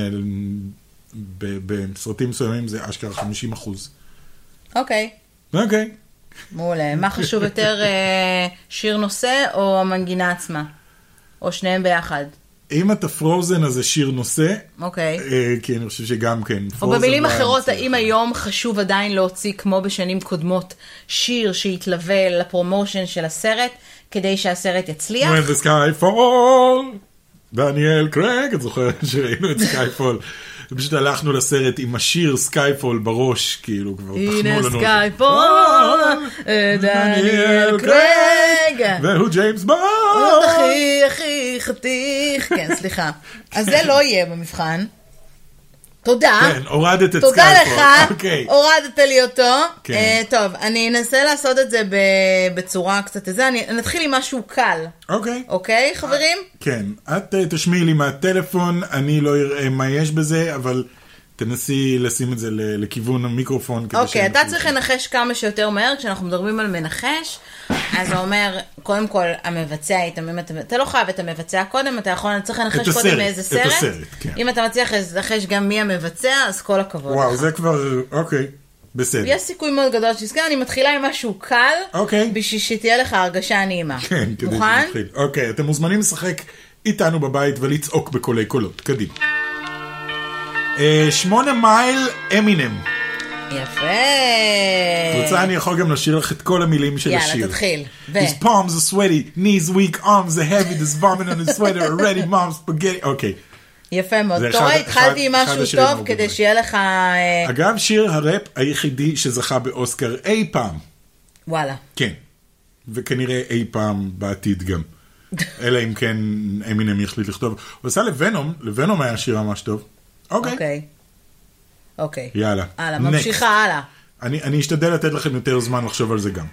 S2: ב- בסרטים מסוימים זה אשכרה 50 אחוז.
S1: אוקיי,
S2: אוקיי.
S1: מעולה. מה חשוב יותר, אה, שיר נושא או המנגינה עצמה? או שניהם ביחד.
S2: אם אתה פרוזן אז זה שיר נושא,
S1: אוקיי.
S2: אה, כי אני חושב שגם כן.
S1: או
S2: פרוזן
S1: במילים
S2: לא היה
S1: אחרות,
S2: מצליח.
S1: האם היום חשוב עדיין להוציא, כמו בשנים קודמות, שיר שיתלווה לפרומושן של הסרט, כדי שהסרט יצליח?
S2: When the sky fall, דניאל קרק, את זוכרת שראינו את סקייפול. פשוט הלכנו לסרט עם השיר סקייפול בראש, כאילו כבר תחנו לנו.
S1: הנה
S2: אותו. אה,
S1: סקייפול, דניאל קרייג.
S2: והוא ג'יימס בונד.
S1: אחי, אחי, חתיך. כן, סליחה. אז זה לא יהיה במבחן. תודה.
S2: כן, הורדת את
S1: אה? תודה
S2: סקייפול.
S1: לך,
S2: אוקיי.
S1: הורדת לי אותו.
S2: כן.
S1: אה, טוב, אני אנסה לעשות את זה ב- בצורה קצת איזה, אני נתחיל עם משהו קל,
S2: אוקיי.
S1: אוקיי, חברים?
S2: כן, את אה, תשמיעי לי מהטלפון, אני לא אראה מה יש בזה, אבל תנסי לשים את זה ל- לכיוון המיקרופון. כדי
S1: אוקיי, אתה
S2: שאנחנו-
S1: צריך לנחש כמה שיותר מהר, כשאנחנו מדברים על מנחש, אז זה אומר, קודם כל, המבצע יתמם, את המ- אתה לא חייב את המבצע קודם, אתה יכול, צריך לנחש
S2: הסרט,
S1: קודם מאיזה
S2: את
S1: סרט.
S2: הסרט, כן.
S1: אם אתה מצליח לנחש גם מי המבצע, אז כל הכבוד. לך.
S2: וואו, זה כבר, אוקיי, בסדר.
S1: יש סיכוי מאוד גדול שתזכר, אני מתחילה עם משהו קל,
S2: אוקיי.
S1: בשביל שתהיה לך הרגשה נעימה.
S2: כן, כדי
S1: מוכן?
S2: שנתחיל. אוקיי, אתם מוזמנים לשחק איתנו בבית ולצעוק בקולי קולות. קדימה. אה, שמונה מייל אמינם.
S1: אה. יפה.
S2: רוצה אני יכול גם לשיר לך את כל המילים של
S1: יאללה,
S2: השיר.
S1: תתחיל. ו-
S2: His palms are sweaty, knees weak, arms are heavy, there's vomit on his sweater already, mom's spaghetti. אוקיי.
S1: אה. יפה מאוד.
S2: זה
S1: אתה רואה,
S2: אחד- אחד-
S1: התחלתי עם
S2: אחד
S1: משהו טוב,
S2: השירים אוקיי. האהובים
S1: כדי
S2: עליי.
S1: שיהיה לך... אה,
S2: אגב, שיר הראפ היחידי שזכה באוסקר אי פעם.
S1: וואלה.
S2: כן. וכנראה אי פעם בעתיד גם. אלא אם כן אמינם יחליט לכתוב. הוא עשה לוונום, לוונום היה שיר ממש טוב. אוקיי.
S1: אוקיי. אוקיי.
S2: יאללה.
S1: הלאה,
S2: Next.
S1: ממשיכה הלאה.
S2: אני אני אשתדל לתת לכם יותר זמן לחשוב על זה גם.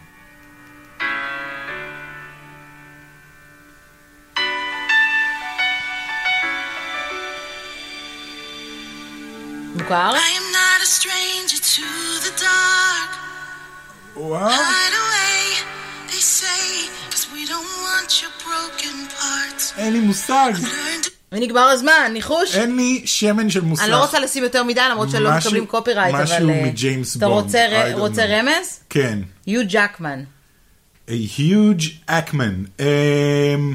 S1: מוכר?
S3: I am not a stranger to the dark.
S2: וואו.
S3: Hide away, they say, 'cause we don't want your broken parts.
S2: אין לי מושג.
S3: Learn to
S1: ונגמר הזמן, ניחוש?
S2: אין לי שמן של מושג.
S1: אני לא רוצה לשים יותר מדי, למרות שלא
S2: משהו-
S1: מקבלים קופירייט, אבל...
S2: משהו
S1: אה,
S2: מג'יימס
S1: אתה
S2: בונד,
S1: רוצה ר-
S2: I don't
S1: רוצה
S2: know.
S1: רמז?
S2: כן.
S1: יו ג'קמן.
S2: A huge Ackman. אמ,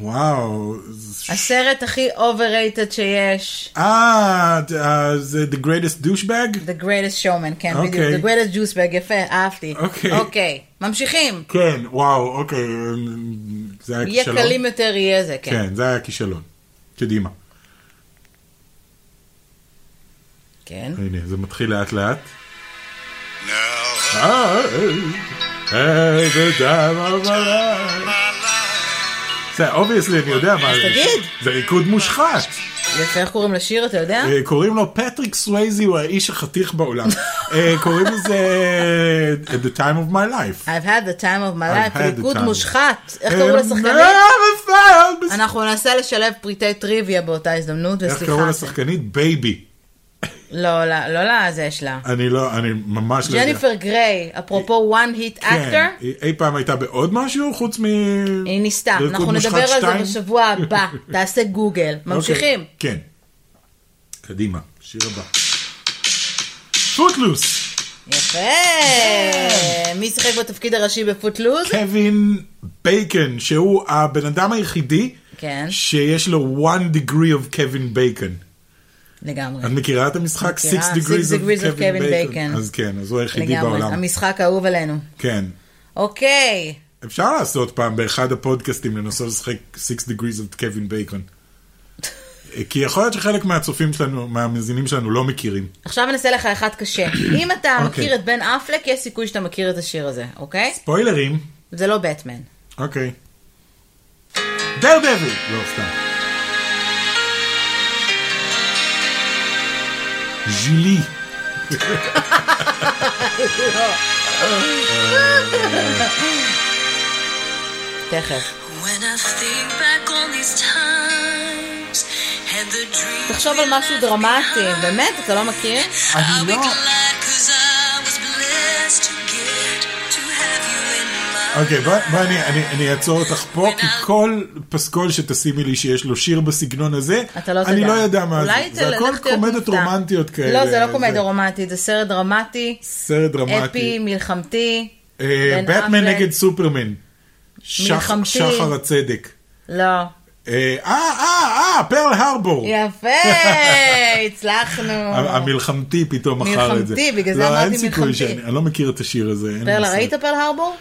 S2: וואו. זה-
S1: הסרט הכי overrated שיש.
S2: אה, אה, זה The Greatest Douchebag?
S1: The greatest showman, כן,
S2: אוקיי.
S1: בדיוק. The greatest juice bag, יפה, אהבתי.
S2: אוקיי.
S1: אוקיי, ממשיכים.
S2: כן, וואו, אוקיי. אמ, זה היה
S1: יהיה
S2: כישלון.
S1: קלים יותר, יהיה זה, כן.
S2: כן, זה היה כישלון. קדימה.
S1: כן.
S2: הנה, זה מתחיל לאט לאט. אה,
S4: Now
S2: היי, אה, זה דם הברה.
S4: my life
S2: זה, אובייסלי, אני יודע מה זה.
S1: תגיד.
S2: זה ריקוד מושחת.
S1: יפה, איך קוראים לשיר, אתה יודע?
S2: אה, קוראים לו פטריק סווייזי, הוא האיש החתיך בעולם. אה, קוראים לזה At the time of my life.
S1: I've had the time of my
S2: I've
S1: life,
S2: had the
S1: ריקוד
S2: time.
S1: מושחת. אה, איך קראו
S2: אה,
S1: לשחקנית? אה,
S2: never failed me.
S1: אנחנו ננסה לשלב פריטי טריוויה באותה הזדמנות, וסליחה.
S2: איך קראו לשחקנית? בייבי.
S1: לא, לא, לא לזה יש לה.
S2: אני לא, אני ממש לא יודע.
S1: ג'ניפר גריי, אפרופו one hit actor,
S2: כן, אי פעם הייתה בעוד משהו חוץ מ...
S1: היא ניסתה.
S2: ריקוד
S1: אנחנו
S2: מושחת
S1: נדבר על זה
S2: שתיים?
S1: בשבוע הבא. תעשה גוגל. ממשיכים.
S2: אוקיי, כן. קדימה, שיר הבא. פוטלוס,
S1: יפה.
S2: כן.
S1: מי שיחק בתפקיד הראשי בפוטלוז?
S2: קווין בייקון, שהוא הבן אדם היחידי
S1: כן.
S2: שיש לו one degree of קווין בייקון.
S1: לגמרי.
S2: את מכירה את המשחק
S1: מכירה,
S2: 6
S1: Six
S2: Degrees
S1: Degrees of
S2: of
S1: Kevin
S2: Kevin
S1: Bacon.
S2: Bacon? אז כן, אז הוא היחידי
S1: לגמרי.
S2: בעולם.
S1: המשחק האהוב עלינו.
S2: כן.
S1: אוקיי.
S2: אפשר לעשות פעם באחד הפודקאסטים לנסות לשחק 6 Degrees of Kevin Bacon. כי יכול להיות שחלק מהצופים שלנו, מהמאזינים שלנו לא מכירים.
S1: עכשיו אני אעשה לך אחד קשה. אם אתה
S2: אוקיי.
S1: מכיר את בן אפלק, יש סיכוי שאתה מכיר את השיר הזה, אוקיי?
S2: ספוילרים.
S1: זה לא בטמן.
S2: אוקיי. דר דביל! לא, סתם. ז'ילי.
S1: תכף.
S3: When I think back on these times and the dreams
S1: תחשוב על משהו דרמטי, באמת? אתה לא מכיר?
S3: I'll
S2: אני
S3: be
S2: לא...
S3: glad 'cause I was blessed to get to have you in my
S2: אוקיי, בואי בוא, אני, אני, אני אעצור אותך פה, כי כל פסקול שתשימי לי שיש לו שיר בסגנון הזה,
S1: אתה לא
S2: אני
S1: תדע.
S2: לא יודע מה זה.
S1: אולי
S2: זה
S1: תלך
S2: הכל
S1: להיות
S2: קומדיות
S1: מופתע.
S2: רומנטיות כאלה.
S1: לא, זה לא קומדיה רומנטית, זה סרט דרמטי,
S2: סרט
S1: אפי,
S2: דרמטי.
S1: מלחמתי.
S2: אה,
S1: בן
S2: בטמן
S1: אפלק.
S2: נגד סופרמן. שח,
S1: מלחמתי.
S2: שחר הצדק.
S1: לא.
S2: אה, אה, אה, אה, פרל הרבור.
S1: יפה, הצלחנו.
S2: המלחמתי פתאום מכר
S1: אה. מלחמתי,
S2: את זה.
S1: בגלל זה
S2: לא,
S1: אמרתי
S2: אין סיכוי
S1: מלחמתי.
S2: שאני, אני לא מכיר את השיר הזה. אין לי
S1: פרלה,
S2: מושג.
S1: ראית פרל הרבור?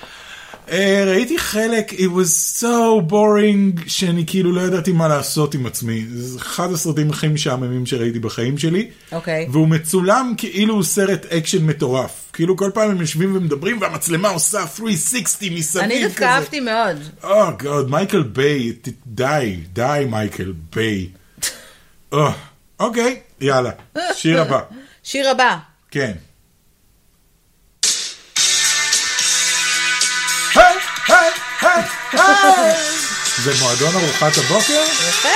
S2: אה, ראיתי חלק, it was so boring, שאני כאילו לא ידעתי מה לעשות עם עצמי. זה אחד הסרטים הכי משעממים שראיתי בחיים שלי.
S1: אוקיי.
S2: והוא מצולם כאילו הוא סרט אקשן מטורף. כאילו כל פעם הם יושבים ומדברים והמצלמה עושה 360 מסביב כזה.
S1: אני דווקא אהבתי מאוד.
S2: או גוד, מייקל ביי, ת- די, די מייקל ביי. אה, אוקיי, יאללה, שיר הבא,
S1: שיר הבא.
S2: כן. היי, היי, היי, היי. זה מועדון ארוחת הבוקר?
S1: יפה.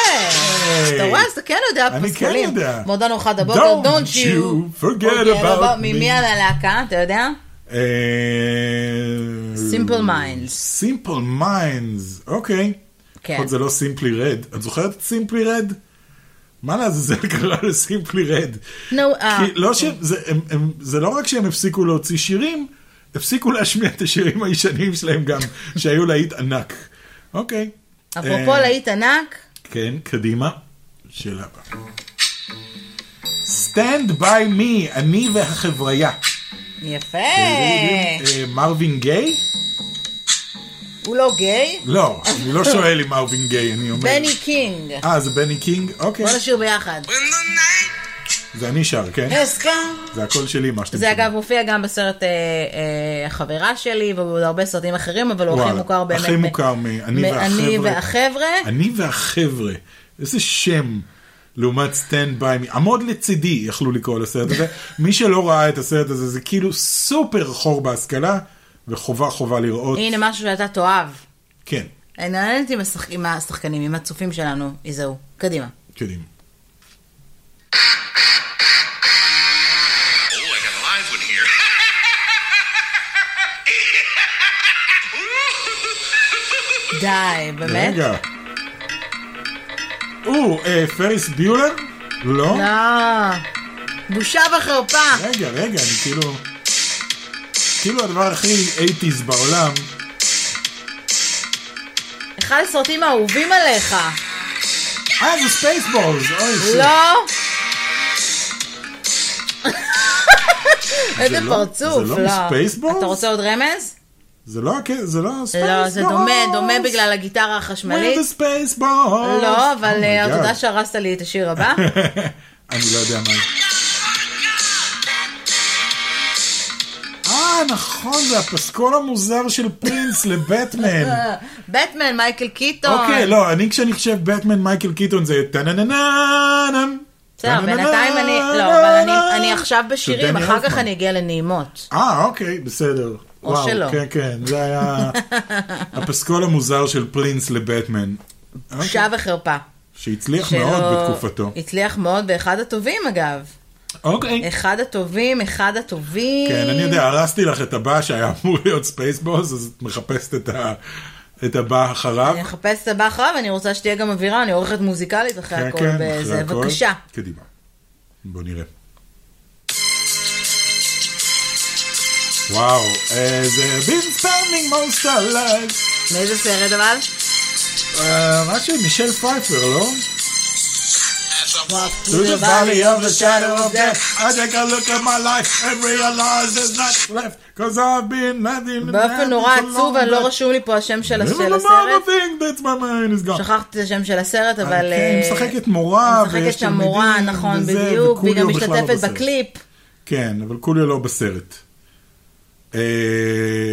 S1: אתה רואה? אז אתה כן יודע
S2: אני כן
S1: פסקולים.
S2: יודע.
S1: מועדון ארוחת הבוקר,
S2: Don't
S1: Don't
S2: you
S1: you
S2: forget about me.
S1: ממי על הלהקה, אתה יודע?
S2: אה,
S1: Simple Minds.
S2: סימפל מיינדס, אוקיי.
S1: כן.
S2: עוד זה לא סימפלי רד. את זוכרת את סימפלי רד? מה לעזאזל קרה לסימפלי רד?
S1: נו, אה,
S2: כי לא ש... זה, הם, הם, זה לא רק שהם הפסיקו להוציא שירים, הפסיקו להשמיע את השירים הישנים שלהם גם, שהיו להיט ענק. אוקיי.
S1: אפרופו
S2: אה,
S1: להיט ענק,
S2: כן, קדימה. שאלה הבאה. Stand by me, אני והחבריה.
S1: יפה.
S2: אה, מרווין גיי?
S1: הוא לא גיי?
S2: לא, אני לא שואל אם מרווין גיי, אני אומר.
S1: בני קינג.
S2: אה, זה בני קינג? אוקיי.
S1: בוא נשיר ביחד.
S4: When the night
S2: זה אני שר, כן?
S1: Let's go.
S2: זה הקול שלי, מה שאתם
S1: אה. זה
S2: שומעים.
S1: אגב מופיע גם בסרט אה, אה, החברה שלי ובעוד הרבה סרטים אחרים, אבל הוא הכי
S2: וואלה,
S1: מוכר באמת.
S2: הכי
S1: מ-
S2: מוכר מ"אני
S1: מ"אני
S2: והחבר'ה".
S1: והחבר'ה.
S2: אני והחבר'ה, איזה שם. לעומת סטנד ביי מי, עמוד לצידי יכלו לקרוא לסרט הזה, מי שלא ראה את הסרט הזה זה כאילו סופר חור בהשכלה וחובה חובה לראות,
S1: הנה משהו שאתה תאהב.
S2: כן,
S1: אני נהנית עם השחק- עם השחקנים, עם הצופים שלנו, יזהו. קדימה.
S2: קדימה.
S4: Oh, I got a live one here.
S1: די, באמת?
S2: רגע. או, אה, פריס ביולר? לא?
S1: לא. בושה וחרפה.
S2: רגע, רגע, אני כאילו... כאילו הדבר הכי 80's בעולם,
S1: אחד הסרטים האהובים עליך.
S2: אה, זה ספייסבולס, אוי, זה- לא.
S1: לא. איזה
S2: זה לא-
S1: פרצוף,
S2: זה
S1: לא.
S2: לא מספייסבולס?
S1: אתה רוצה עוד רמז?
S2: זה לא הכ... זה לא ספייסבולס.
S1: לא, זה דומה, דומה בגלל הגיטרה החשמלית.
S2: We're the Spaceballs.
S1: לא, אבל אה,
S2: Oh my
S1: תודה
S2: God.
S1: שהרסת לי את השיר הבא.
S2: אני לא יודע מה זה. אה, נכון, זה הפסקול המוזר של פרינס לבטמן.
S1: נכון. בטמן, מייקל קיטון.
S2: אוקיי, לא, אני כשאני חושב בטמן מייקל קיטון זה טה-נה-נה-נה-נם.
S1: בסדר, בינתיים אני... לא, אבל אני- אני עכשיו בשירים, אחר כך אני אגיע לנעימות.
S2: אה, אוקיי, בסדר.
S1: או שלא.
S2: כן, כן, זה היה הפסקול המוזר של פרינס לבטמן. אוקיי,
S1: בושה וחרפה.
S2: שהצליח
S1: שלא-
S2: מאוד בתקופתו.
S1: הצליח מאוד, ואחד הטובים אגב.
S2: אוקיי.
S1: אחד הטובים, אחד הטובים.
S2: כן, אני יודע, הרסתי לך את הבא שהיה אמור להיות ספייסבוס, אז את מחפשת את ה- את הבא אחריו.
S1: אני אחפש את הבא אחריו, אני רוצה שתהיה גם אווירה, אני עורכת מוזיקלית אחרי
S2: כן,
S1: הכל.
S2: כן,
S1: בזה.
S2: אחרי הכל.
S1: בבקשה.
S2: קדימה. בוא נראה. וואו, איזה been spending most of life.
S1: מאיזה סרט אבל?
S2: אה, משהו עם מישל פייפר, לא?
S4: As I
S1: walk
S2: Through the valley of the shadow of death, I take a look at my life and realize there's not left, cause I've been nothing.
S1: באופן נורא עצוב, אני לא רשום לי פה השם של
S2: לא
S1: של הסרט.
S2: Nothing that's my mind is gone.
S1: שכחתי את השם של הסרט, אבל...
S2: כן, היא
S1: אה,
S2: משחקת מורה,
S1: היא
S2: ויש
S1: משחקת שם מורה,
S2: תלמידים,
S1: נכון,
S2: וזה,
S1: בדיוק, והיא גם
S2: וקוליו בכלל לא
S1: משתתפת
S2: בסרט.
S1: בקליפ.
S2: כן, אבל קוליו לא בסרט. אה,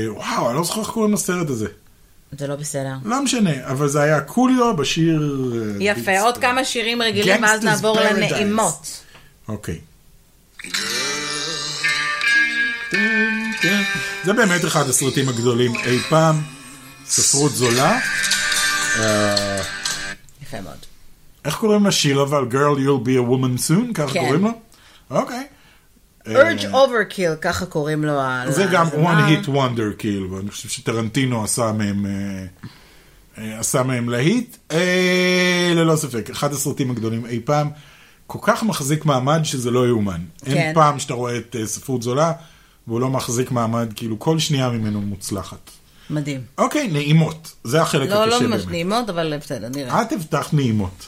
S2: וואו, אני לא זוכר איך קוראים לסרט הזה.
S1: זה לא בסדר.
S2: לא משנה, אבל זה היה קוליו בשיר... אה,
S1: יפה,
S2: ביטס.
S1: עוד כמה שירים רגילים, ואז
S2: Gangsters
S1: נעבור
S2: Paradise.
S1: לנעימות.
S2: אוקיי. כן. זה באמת אחד הסרטים הגדולים אי פעם. ספרות זולה. אה,
S1: יפה מאוד.
S2: איך קוראים לשיר אבל? Girl, you'll be a woman soon? ככה
S1: כן.
S2: קוראים לו? אוקיי.
S1: urge אה,
S2: אה,
S1: overkill, ככה קוראים לו. ה-
S2: זה גם one
S1: לזמר.
S2: hit wonder כאילו, אני חושב שטרנטינו עשה מהם, אה, אה, עשה מהם להיט, אה, ללא ספק, אחד הסרטים הגדולים אי פעם, כל כך מחזיק מעמד שזה לא יאומן.
S1: כן.
S2: אין פעם שאתה רואה את אה, ספרות זולה, והוא לא מחזיק מעמד, כאילו כל שנייה ממנו מוצלחת.
S1: מדהים.
S2: אוקיי, נעימות, זה החלק
S1: לא,
S2: הקשה
S1: לא
S2: באמת.
S1: ממש נעימות, אבל בסדר, נראה.
S2: את הבטחת נעימות.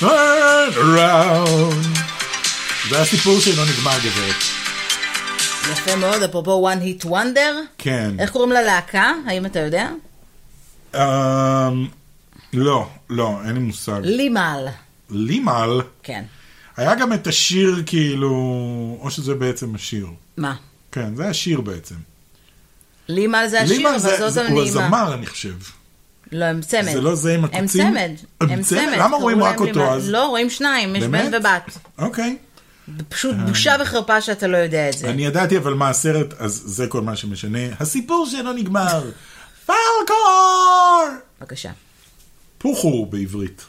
S2: Turn around. זה הסיפור שלא נגמר גברת.
S1: יפה מאוד, אפרופו one hit wonder.
S2: כן.
S1: איך קוראים ללהקה? האם אתה יודע?
S2: אמ, לא, לא, אין לי מושג.
S1: לימל.
S2: לימל,
S1: כן.
S2: היה גם את השיר כאילו, או שזה בעצם השיר.
S1: מה?
S2: כן, זה השיר בעצם.
S1: לימל זה השיר,
S2: לימל
S1: אבל
S2: זה,
S1: זאת
S2: זה הוא
S1: הנעימה.
S2: הזמר, אני חושב.
S1: לא, הם צמד.
S2: זה לא זה עם
S1: הם
S2: הקוצים?
S1: צמד.
S2: הם
S1: הם
S2: צמד?
S1: צמד.
S2: למה
S1: קראו
S2: רואים
S1: להם
S2: רק אותו
S1: לימל.
S2: אז?
S1: לא, רואים שניים, יש בן
S2: באמת?
S1: ובת.
S2: אוקיי.
S1: פשוט בושה וחרפה שאתה לא יודע את זה.
S2: אני ידעתי אבל מה הסרט, אז זה כל מה שמשנה. הסיפור שלא נגמר. פלקור!
S1: בבקשה.
S2: פוחו בעברית.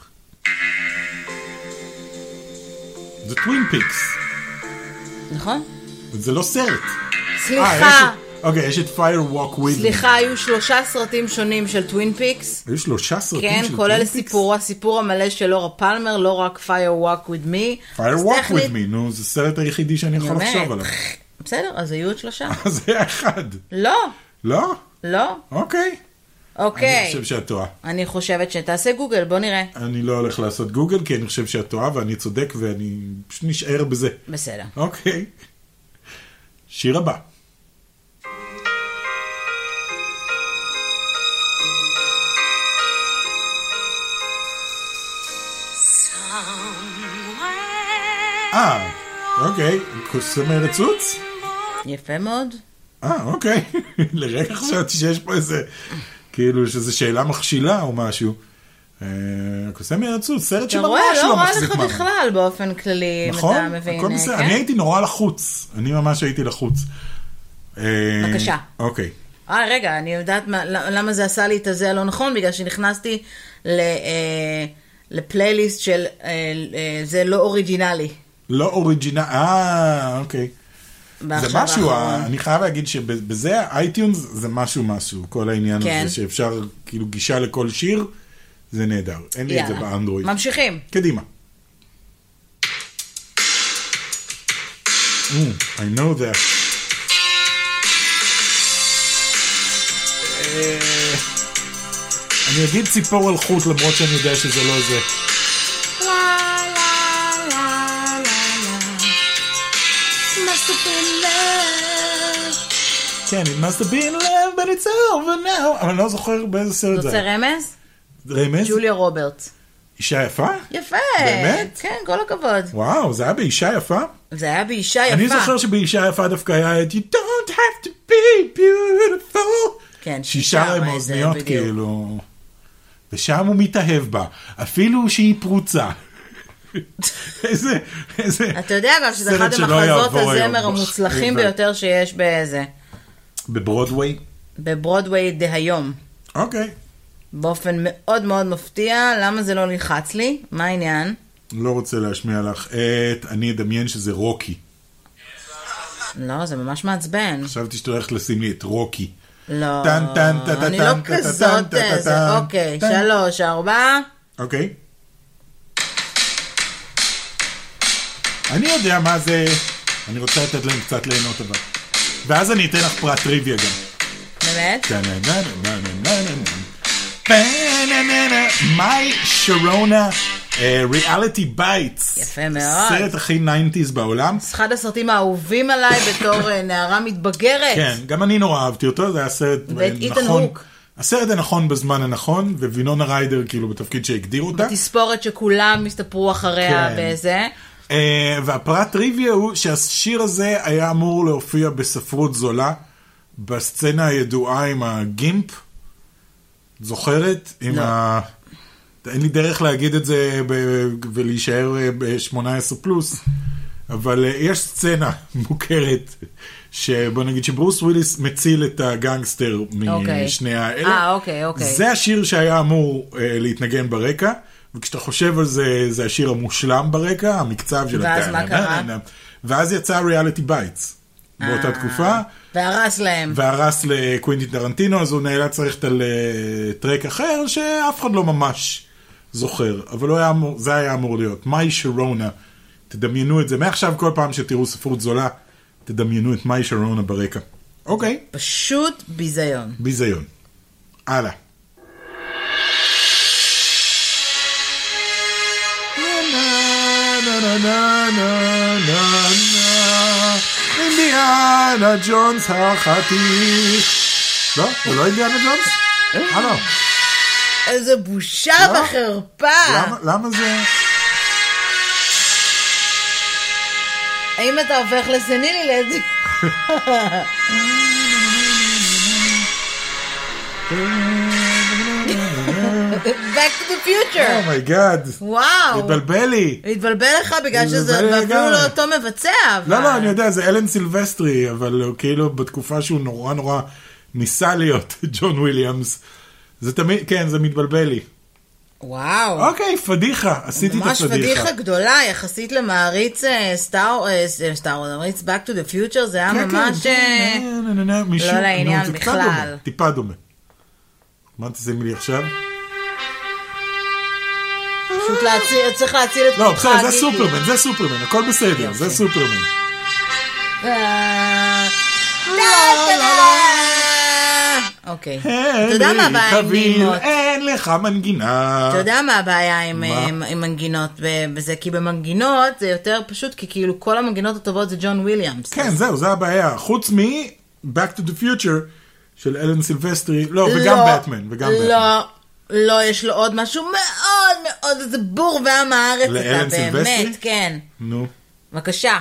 S2: זה טווין פיקס.
S1: נכון?
S2: זה לא סרט. אה, יש
S1: סליחה,
S2: את- אוקיי, יש את פייר ווק וויד.
S1: סליחה, היו שלושה סרטים שונים של טווין פיקס.
S2: היו שלושה סרטים
S1: כן,
S2: של
S1: כולל
S2: טווין פיקס?
S1: סיפורו, הסיפור המלא של לורה פלמר, לא רק Fire Walk With Me.
S2: Fire
S1: אז
S2: Walk
S1: טכנית-
S2: With Me, נו, זה הסרט היחידי שאני יכול
S1: באמת.
S2: לחשוב עליו.
S1: בסדר, אז היו עוד שלושה.
S2: זה היה אחד.
S1: לא,
S2: לא?
S1: לא,
S2: אוקיי. אני
S1: אוקיי.
S2: חושב שאת טועה.
S1: אני חושבת שתעשה גוגל, בוא נראה.
S2: אני לא הולך לעשות גוגל, כי אני חושב שאת טועה ואני צודק ואני פשוט נשאר בזה.
S1: בסדר.
S2: אוקיי. שיר הבא. אה, אוקיי. סמרת סוץ?
S1: יפה מאוד.
S2: אה, אוקיי. לרגע חשבתי שיש פה איזה, כאילו, שזו שאלה מכשילה או משהו. אה, הקוסם ירצוץ, סרט
S1: אתה
S2: שממש
S1: רואה, לא
S2: לא
S1: רע
S2: מחזיק
S1: לך
S2: מעמד.
S1: בכלל באופן כללי, אם
S2: נכון?
S1: אתה מבין.
S2: הכל
S1: אה,
S2: בסדר.
S1: כן?
S2: אני הייתי נורא לחוץ. אני ממש הייתי לחוץ. אה,
S1: בבקשה.
S2: אוקיי.
S1: אה, רגע, אני יודעת מה, לא- למה זה עשה לי את הזה הלא נכון, בגלל שנכנסתי ל, אה, לפלייליסט של אה, אה, זה לא אוריג'ינלי.
S2: לא אוריג'ינל, אה, אוקיי. זה
S1: בעכשיו
S2: משהו, אה,
S1: האחרון.
S2: ה- אני חייב להגיד שבזה האייטיונס זה משהו משהו, כל העניין
S1: כן.
S2: הזה שאפשר כאילו גישה לכל שיר, זה נהדר. אין לי את זה
S1: יאללה.
S2: באנדרואיד.
S1: ממשיכים.
S2: קדימה. Mm, I know that. אה, אני אגיד ציפור על חוט למרות שאני יודע שזה לא זה. כן, it must have been love, but it's over now. אבל אני לא זוכר באיזה סרט זה
S1: רוצה
S2: היה.
S1: רמז?
S2: רמז?
S1: ג'וליה רוברטס.
S2: אישה יפה?
S1: יפה.
S2: באמת?
S1: כן, כל הכבוד.
S2: וואו, זה היה באישה יפה?
S1: זה היה באישה יפה.
S2: אני זוכר שבאישה יפה דווקא היה את You don't have to be beautiful.
S1: כן,
S2: שהיא
S1: ששרה
S2: שרה עם
S1: איזה,
S2: האוזניות
S1: בדיוק.
S2: כאילו. ושם הוא מתאהב בה, אפילו שהיא פרוצה. איזה, איזה...
S1: אתה יודע גם שזה אחד
S2: סרט שלא
S1: המחזות
S2: יעבור היום.
S1: הזמר המוצלחים ביותר שיש באיזה,
S2: בברודוויי?
S1: בברודוויי דהיום.
S2: אוקיי.
S1: באופן מאוד מאוד מפתיע, למה זה לא נלחץ לי? מה העניין?
S2: לא רוצה להשמיע לך את אני אדמיין שזה רוקי.
S1: לא, זה ממש מעצבן.
S2: חשבתי שאת הולכת לשים לי את רוקי.
S1: לא,
S2: טן, טן, טה, טה,
S1: אני
S2: טן,
S1: לא
S2: טה, טה,
S1: כזאת
S2: טן, טה,
S1: איזה,
S2: טן.
S1: אוקיי,
S2: טן.
S1: שלוש, ארבע,
S2: אוקיי. אני יודע מה זה, אני רוצה לתת להם קצת ליהנות אבל. ואז אני אתן לך פרט טריוויה גם.
S1: באמת?
S2: טה-נה-נה-נה-נה-נה-נה-נה. פ-נה-נה-נה. My Sharona ריאליטי בייטס.
S1: יפה מאוד.
S2: סרט הכי 90's בעולם.
S1: אחד הסרטים האהובים עליי בתור אה, נערה מתבגרת.
S2: כן, גם אני נורא אהבתי אותו, זה היה סרט אה,
S1: ואת איתן
S2: נכון.
S1: הוק.
S2: הסרט הנכון בזמן הנכון, ווינונה ריידר כאילו בתפקיד שהגדיר אותה.
S1: תספורת שכולם הסתפרו אחריה
S2: כן.
S1: בזה.
S2: אה, והפרט טריוויה הוא שהשיר הזה היה אמור להופיע בספרות זולה, בסצנה הידועה עם הגימפ, זוכרת? עם
S1: לא.
S2: ה... אין לי דרך להגיד את זה ב... ולהישאר ב-18 פלוס, אבל אה, יש סצנה מוכרת, שבוא נגיד שברוס וויליס מציל את הגנגסטר
S1: אוקיי.
S2: משני האלה.
S1: אה, אוקיי, אוקיי.
S2: זה השיר שהיה אמור אה, להתנגן ברקע, וכשאתה חושב על זה, זה השיר המושלם ברקע, המקצב של...
S1: ואז
S2: הטה-
S1: מה קרה?
S2: לא.
S1: אה.
S2: ואז יצא ריאליטי בייטס, באותה תקופה,
S1: והרס להם.
S2: והרס לקווינטי טרנטינו, אז הוא נאלץ ללכת על אה, טרק אחר, שאף אחד לא ממש זוכר, אבל הוא היה אמור, זה היה אמור להיות. מאי שרונה, תדמיינו את זה. מעכשיו כל פעם שתראו ספרות זולה, תדמיינו את מאי שרונה ברקע. אוקיי,
S1: פשוט ביזיון.
S2: ביזיון. הלאה. אינדיאנה ג'ונס החתיך. לא, הוא לא אינדיאנה ג'ונס? אה, לא.
S1: איזה בושה
S2: למה?
S1: וחרפה.
S2: לא. למה- למה זה...
S1: האם אתה הופך לסנילי לד? Back to the future.
S2: אומייגאד,
S1: וואו.
S2: Oh התבלבל לי.
S1: התבלבל לך בגלל שזה
S2: התבלבל לי
S1: אפילו
S2: לגמרי.
S1: לא אותו מבצע. אבל-
S2: לא, לא, אני יודע, זה אלן סילבסטרי, אבל הוא כאילו בתקופה שהוא נורא נורא ניסה להיות ג'ון וויליאמס. זה תמיד, כן, זה מתבלבל לי.
S1: וואו.
S2: אוקיי, פדיחה, עשיתי את
S1: ממש
S2: הפדיחה.
S1: פדיחה גדולה יחסית למעריץ אה, סטאר, אה, ס- אה, סטאר, וורס, מעריץ Back to the Future, זה היה
S2: כן, כן,
S1: ממש... אה,
S2: נה, נה, נה, נה, מישהו- נו,
S1: לעניין
S2: זה קצת
S1: בכלל.
S2: דומה, טיפה דומה. מה תשימי לי עכשיו? לא,
S1: פשוט להציל, צריך להציל את
S2: אה, לא,
S1: כוחך
S2: בסדר, זה
S1: הגיקי.
S2: סופרמן, זה סופרמן, הכל בסדר, זה
S1: יופי.
S2: סופרמן.
S1: אה,
S2: לא,
S1: טה, טה, טה. אוקיי. אתה יודע מה הבעיה עם
S2: קביל,
S1: נעימות?
S2: אה, אין לך מנגינה.
S1: אתה יודע מה הבעיה עם, אה,
S2: מה?
S1: עם, עם מנגינות ב- בזה? כי במנגינות זה יותר פשוט, כי כאילו כל המנגינות הטובות זה ג'ון וויליאמס.
S2: כן, זהו, זה הבעיה. חוץ מ- Back to the Future של אלן סילבסטרי, לא, וגם
S1: לא,
S2: בטמן, וגם בטמן.
S1: לא, לא, יש לו עוד משהו מאוד מאוד, איזה בור ועם הארץ
S2: לאלן
S1: אתה,
S2: סילבסטרי?
S1: באמת, כן.
S2: נו,
S1: בבקשה.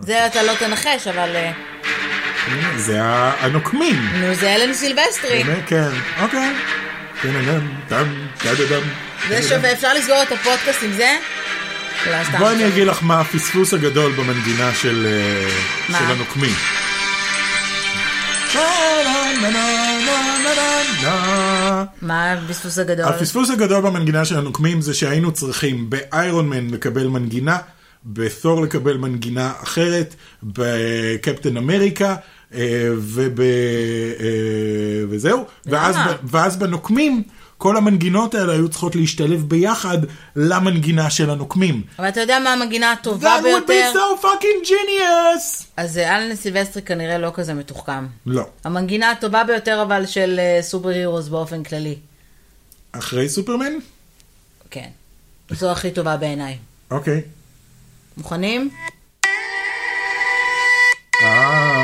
S1: זה אתה לא תנחש, אבל... אה,
S2: הנה, זה הנוקמים.
S1: נו, זה אלן סילבסטרי.
S2: באמת, כן, אוקיי. טה-נה-דם, טם, טה-דה-דם.
S1: זה שווה, אפשר לסגור את הפודקאסט עם זה? לא, סתם.
S2: בואי אני אגיד לך מה הפספוס הגדול במנגינה של אה,
S1: מה?
S2: של הנוקמים. טה-נה-נה-נה-נה-נה-נה.
S1: מה הביסוס הגדול?
S2: הפספוס הגדול במנגינה של הנוקמים זה שהיינו צריכים באיירון מן לקבל מנגינה, בתור לקבל מנגינה אחרת, בקפטן אמריקה, אה, וב... אה, וזהו. ואז,
S1: למה?
S2: ב- ואז בנוקמים, כל המנגינות האלה היו צריכות להשתלב ביחד למנגינה של הנוקמים.
S1: אבל אתה יודע מה המנגינה הטובה
S2: That would
S1: ביותר?
S2: be so fucking genius!
S1: אז אה, אלן סילבסטרי כנראה לא כזה מתוחכם.
S2: לא.
S1: המנגינה הטובה ביותר אבל של אה, סופר הירוס באופן כללי.
S2: אחרי סופרמן?
S1: כן. זו הכי טובה בעיניי.
S2: אוקיי.
S1: מוכנים?
S2: אה...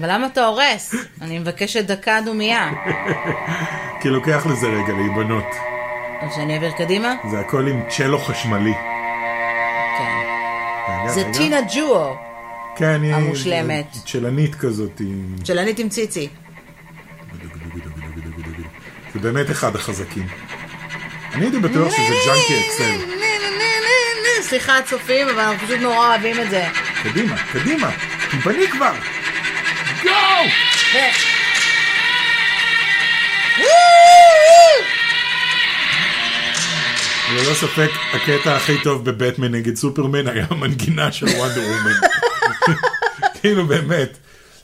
S1: אבל למה אתה הורס? אני מבקשת דקה דומייה.
S2: כי כאילו, לוקח לזה רגע להיבנות.
S1: אז שאני אעביר קדימה?
S2: זה הכל עם צ'לו חשמלי.
S1: כן.
S2: רגע,
S1: זה
S2: רגע.
S1: טינה ג'ואו,
S2: כן, היא...
S1: המושלמת.
S2: צ'לנית כזאת. היא-
S1: של אני עם ציצי.
S2: זה באמת אחד החזקים. אני הייתי בטוח לא, שזה ג'אנקי אקסל.
S1: סליחה הצופים, אבל אנחנו פשוט נורא אוהבים את זה.
S2: קדימה, קדימה. תיבני כבר. גו! ללא ספק, הקטע הכי טוב בבטמן נגד סופרמן היה המנגינה של וונדר וומן. כאילו באמת,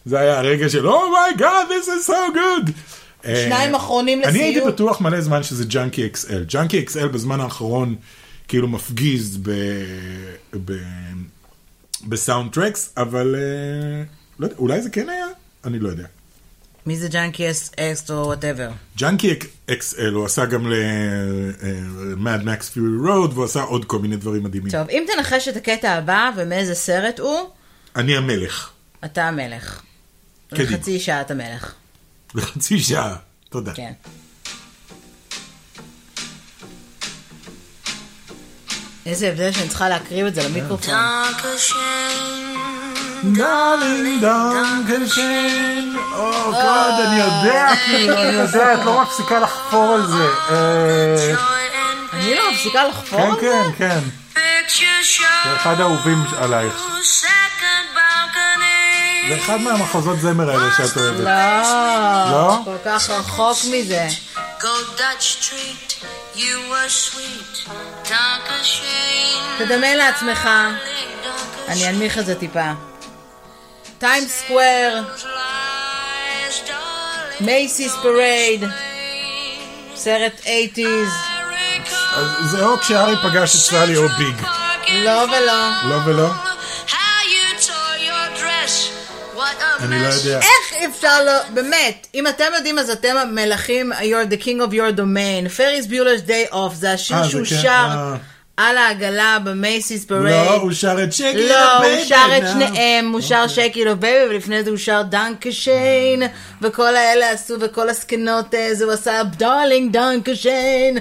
S2: זה היה הרגע של Oh my God, this is so good.
S1: שניים
S2: אה,
S1: אחרונים
S2: אני הייתי
S1: לסיום.
S2: בטוח מלא זמן שזה ג'אנקי אקסל. ג'אנקי אקסל בזמן האחרון כאילו מפגיז ב... ב... בסאונד טרקס, אבל אה, לא יודע, אולי זה כן היה? אני לא יודע.
S1: מי זה ג'אנקי אס אקס או וואטאבר?
S2: ג'אנקי אקסל, הוא עשה גם ל-Mad Max Fury Road, והוא עשה עוד כל מיני דברים מדהימים.
S1: טוב, אם תנחש את הקטע הבא ומאיזה סרט הוא,
S2: אני המלך.
S1: אתה המלך.
S2: קדימה.
S1: לחצי שעה אתה מלך.
S2: בחצי שעה. תודה.
S1: כן. איזה הבדל שאני צריכה להקריב את זה למיקרופון.
S3: כן.
S2: דארלינג דארלינג שן, כן. או גוד, אני יודע כאילו, אני יודע, את לא מפסיקה לחפור על זה. אה,
S1: אני לא מפסיקה לחפור
S2: כן,
S1: על זה?
S2: כן, כן. זה אחד האהובים עלייך. זה אחד מהמחוזות זמר האלה שאת אוהבת.
S1: לא,
S2: לא?
S1: כל כך רחוק מזה. תדמה לעצמך, אני אנמיך את זה טיפה. טיים סקוואר, מייסיס פרייד, סרט 80's,
S2: אז זה או כשארי פגש את סלי או ביג.
S1: לא ולא.
S2: לא ולא? אני לא יודע.
S1: איך אפשר לא, באמת, אם אתם יודעים אז אתם המלכים, you're the king of your domain, פריס ביולר's day off, זה השיר
S2: אה, זה
S1: שהוא
S2: כן,
S1: שר
S2: אה.
S1: על העגלה במייסיס
S2: לא,
S1: פרייד.
S2: הוא שר את שקי.
S1: לא, הוא שר את שניהם, הוא
S2: אוקיי.
S1: שר שייקי לו בייבי, ולפני זה הוא שר דנקה שיין, וכל האלה עשו, וכל הזקנות, אה, זה הוא עשה דארלינג דנקה שיין.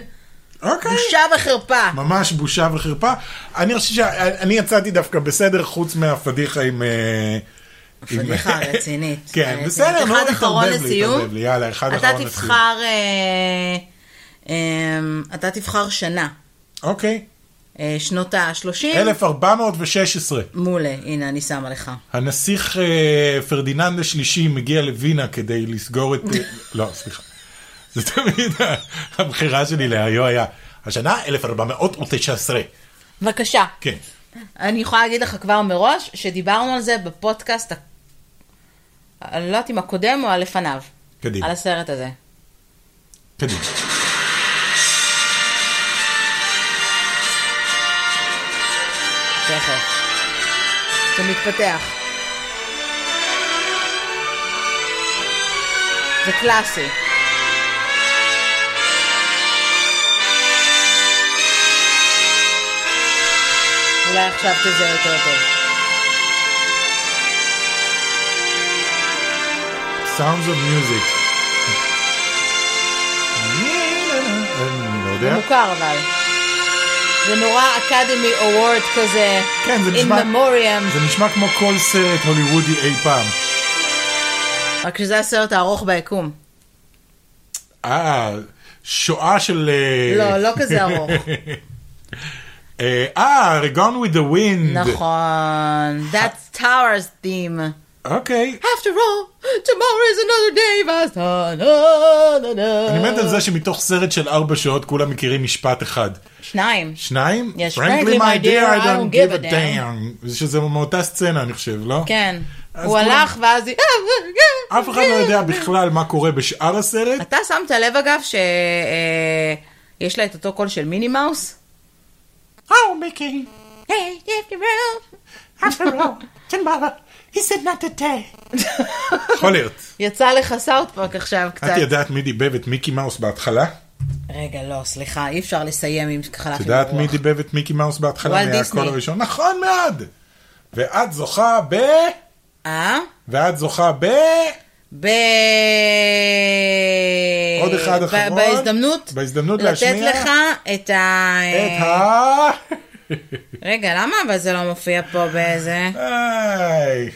S2: אוקיי.
S1: בושה וחרפה.
S2: ממש בושה וחרפה. אני חושב שאני יצאתי דווקא בסדר, חוץ מהפדיחה עם... אה, עם-
S1: פדיחה רצינית.
S2: כן,
S1: רצינית.
S2: בסדר,
S1: אחד
S2: מאוד
S1: אחרון
S2: התערבב לי,
S1: לסיום.
S2: התערבב לי, יאללה, אחד
S1: אתה
S2: אחרון לסיום.
S1: תבחר, אה, אה, אתה תבחר שנה,
S2: אוקיי.
S1: אה, שנות ה-30.
S2: 1416.
S1: מעולה, הנה, אני שמה לך.
S2: הנסיך אה, פרדיננד השלישי מגיע לווינה כדי לסגור את... אה, לא, סליחה. זה תמיד ה- הבחירה שלי להיו היה. השנה 1419.
S1: בבקשה.
S2: כן.
S1: אני יכולה להגיד לך כבר מראש, שדיברנו על זה בפודקאסט, ה- אני לא יודעת אם הקודם או הלפניו.
S2: קדימה.
S1: על הסרט הזה.
S2: קדימה.
S1: תכף. זה מתפתח. זה קלאסי. אולי עכשיו תזהה יותר טוב.
S2: Sounds of Music. אני לא יודע.
S1: זה מוכר אבל. זה נורא אקדמי אוורד כזה.
S2: כן, זה
S1: In
S2: נשמע...
S1: memoriam.
S2: זה נשמע כמו כל סרט הוליוודי אי פעם.
S1: רק שזה הסרט הארוך ביקום.
S2: אה, שואה של... אה,
S1: לא, לא כזה ארוך.
S2: אה, אה, Gone with the Wind.
S1: נכון. That's Towers theme.
S2: אוקיי.
S1: After all, tomorrow is another day ואז נה נה נה נה.
S2: אני מת על זה שמתוך סרט של ארבע שעות כולם מכירים משפט אחד.
S1: שניים.
S2: שניים?
S1: Yes, frankly, my dear, I don't give a
S2: damn. שזה מאותה סצנה, אני חושב, לא?
S1: כן.
S2: אז
S1: הוא
S2: כולם-
S1: הלך ואז היא... אה,
S2: אף אחד לא יודע בכלל מה קורה בשאר הסרט.
S1: אתה שמת לב אגב שיש לה את אותו קול של מיני מאוס?
S2: Oh, Mickey,
S1: היי, יפי רוב.
S2: after all, tomorrow, he said not today. יכול להיות.
S1: יצא לך סאוטפארק עכשיו קצת.
S2: את יודעת מי דיבב את מיקי מאוס בהתחלה?
S1: רגע, לא, סליחה, אי אפשר לסיים עם חלק
S2: את
S1: עם
S2: יודעת מי
S1: הרוח.
S2: דיבב את מיקי מאוס בהתחלה?
S1: וולט
S2: זה היה
S1: דיסני.
S2: הקול הראשון. נכון מאוד! ואת זוכה ב...
S1: אה?
S2: ואת זוכה ב...
S1: ב...
S2: עוד אחד
S1: ב-
S2: אחרון.
S1: בהזדמנות.
S2: בהזדמנות להשמיע.
S1: לתת לך אה, את ה...
S2: את ה...
S1: רגע, למה אבל זה לא מופיע פה באיזה...
S2: היי,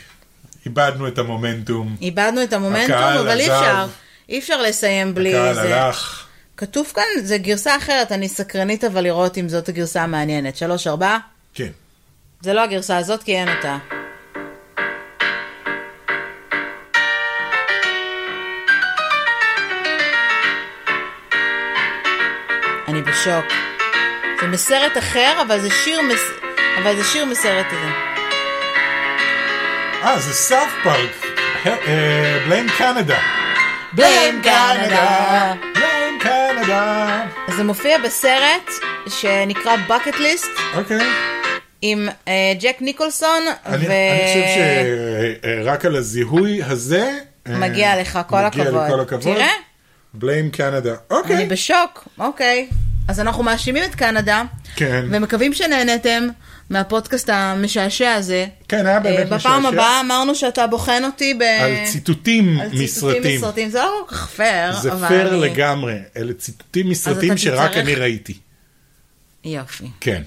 S2: איבדנו את המומנטום.
S1: איבדנו את המומנטום,
S2: הקהל
S1: אבל אי
S2: עזב.
S1: אפשר. אי אפשר לסיים בלי
S2: הקהל
S1: זה.
S2: הלך.
S1: כתוב כאן, זה גרסה אחרת, אני סקרנית אבל לראות אם זאת הגרסה המעניינת. שלוש, ארבע?
S2: כן.
S1: זה לא הגרסה הזאת, כי אין אותה. אני בשוק. זה מסרט אחר, אבל זה שיר, מס... אבל זה שיר מסרט הזה.
S2: אה, זה סאב פארק. בליים קנדה.
S1: Blame Canada.
S2: בליים קנדה.
S1: זה מופיע בסרט שנקרא Bucket List
S2: אוקיי.
S1: עם אה, ג'ק ניקולסון
S2: אני
S1: ו...
S2: אני חושב שרק על הזיהוי הזה אה,
S1: מגיע לך כל
S2: מגיע לי
S1: הכבוד.
S2: כל הכבוד.
S1: תראה,
S2: בליים קנדה.
S1: אני
S2: אוקיי.
S1: בשוק, אוקיי. אז אנחנו מאשימים את קנדה,
S2: כן.
S1: ומקווים שנהנתם מהפודקאסט המשעשע הזה.
S2: כן, היה באמת
S1: אה, בפעם
S2: משעשע.
S1: הבאה אמרנו שאתה בוחן אותי ב...
S2: על ציטוטים
S1: על
S2: מסרטים.
S1: מסרטים. זה לא כל כך פייר,
S2: זה
S1: אבל
S2: פייר
S1: אני-
S2: לגמרי. אלה ציטוטים מסרטים
S1: אתה
S2: שרק
S1: תצטרך-
S2: אני ראיתי.
S1: יופי.
S2: כן.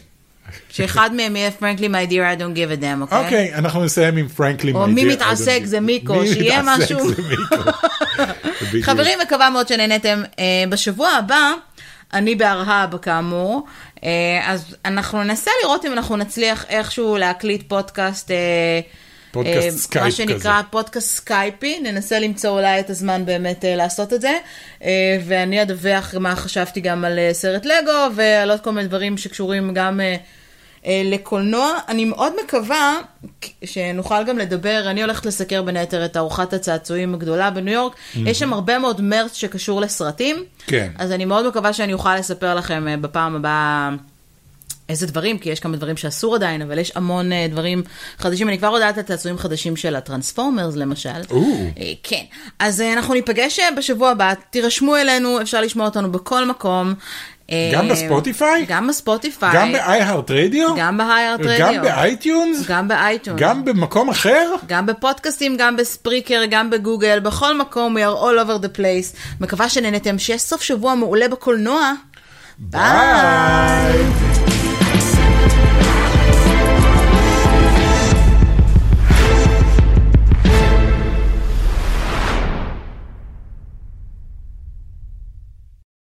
S1: שאחד מהם יהיה פרנקלי, my dear, I don't give a damn, אוקיי?
S2: אוקיי, אנחנו נסיים עם פרנקלין.
S1: או
S2: my
S1: מי
S2: dear, I don't
S1: מתעסק
S2: give-
S1: זה מיקו,
S2: מי
S1: שיהיה
S2: מתעסק
S1: משהו.
S2: זה מיקו. בדיוק.
S1: חברים, מקווה מאוד שנהנתם. אה, בשבוע הבא, אני בארהב כאמור, אה, אז אנחנו ננסה לראות אם אנחנו נצליח איכשהו להקליט פודקאסט, אה,
S2: פודקאסט
S1: אה,
S2: סקייפ
S1: מה שנקרא
S2: כזה.
S1: פודקאסט סקייפי, ננסה למצוא אולי את הזמן באמת אה, לעשות את זה, אה, ואני אדווח מה חשבתי גם על אה, סרט לגו ועל עוד כל מיני דברים שקשורים גם... אה, אה, לקולנוע, אני מאוד מקווה שנוכל גם לדבר, אני הולכת לסקר בין היתר את ארוחת הצעצועים הגדולה בניו יורק, יש שם הרבה מאוד מרץ שקשור לסרטים,
S2: כן.
S1: אז אני מאוד מקווה שאני אוכל לספר לכם אה, בפעם הבאה איזה דברים, כי יש כמה דברים שאסור עדיין, אבל יש המון אה, דברים חדשים. אני כבר יודעת על צעצועים חדשים של הטרנספורמרס למשל.
S2: או.
S1: אה, כן. אז אה, אנחנו ניפגש אה, בשבוע הבא, תירשמו אלינו, אפשר לשמוע אותנו בכל מקום. אה,
S2: גם בספוטיפיי?
S1: גם בספוטיפיי.
S2: גם ב-iHeart Radio?
S1: גם ב-iHeart Radio.
S2: גם באייטיונס?
S1: גם באייטונס.
S2: גם במקום אחר?
S1: גם בפודקאסטים, גם בספריקר, גם בגוגל, בכל מקום, we are all over the place. מקווה שנהנתם, שיש סוף שבוע מעולה בקולנוע. ביי!
S2: ביי.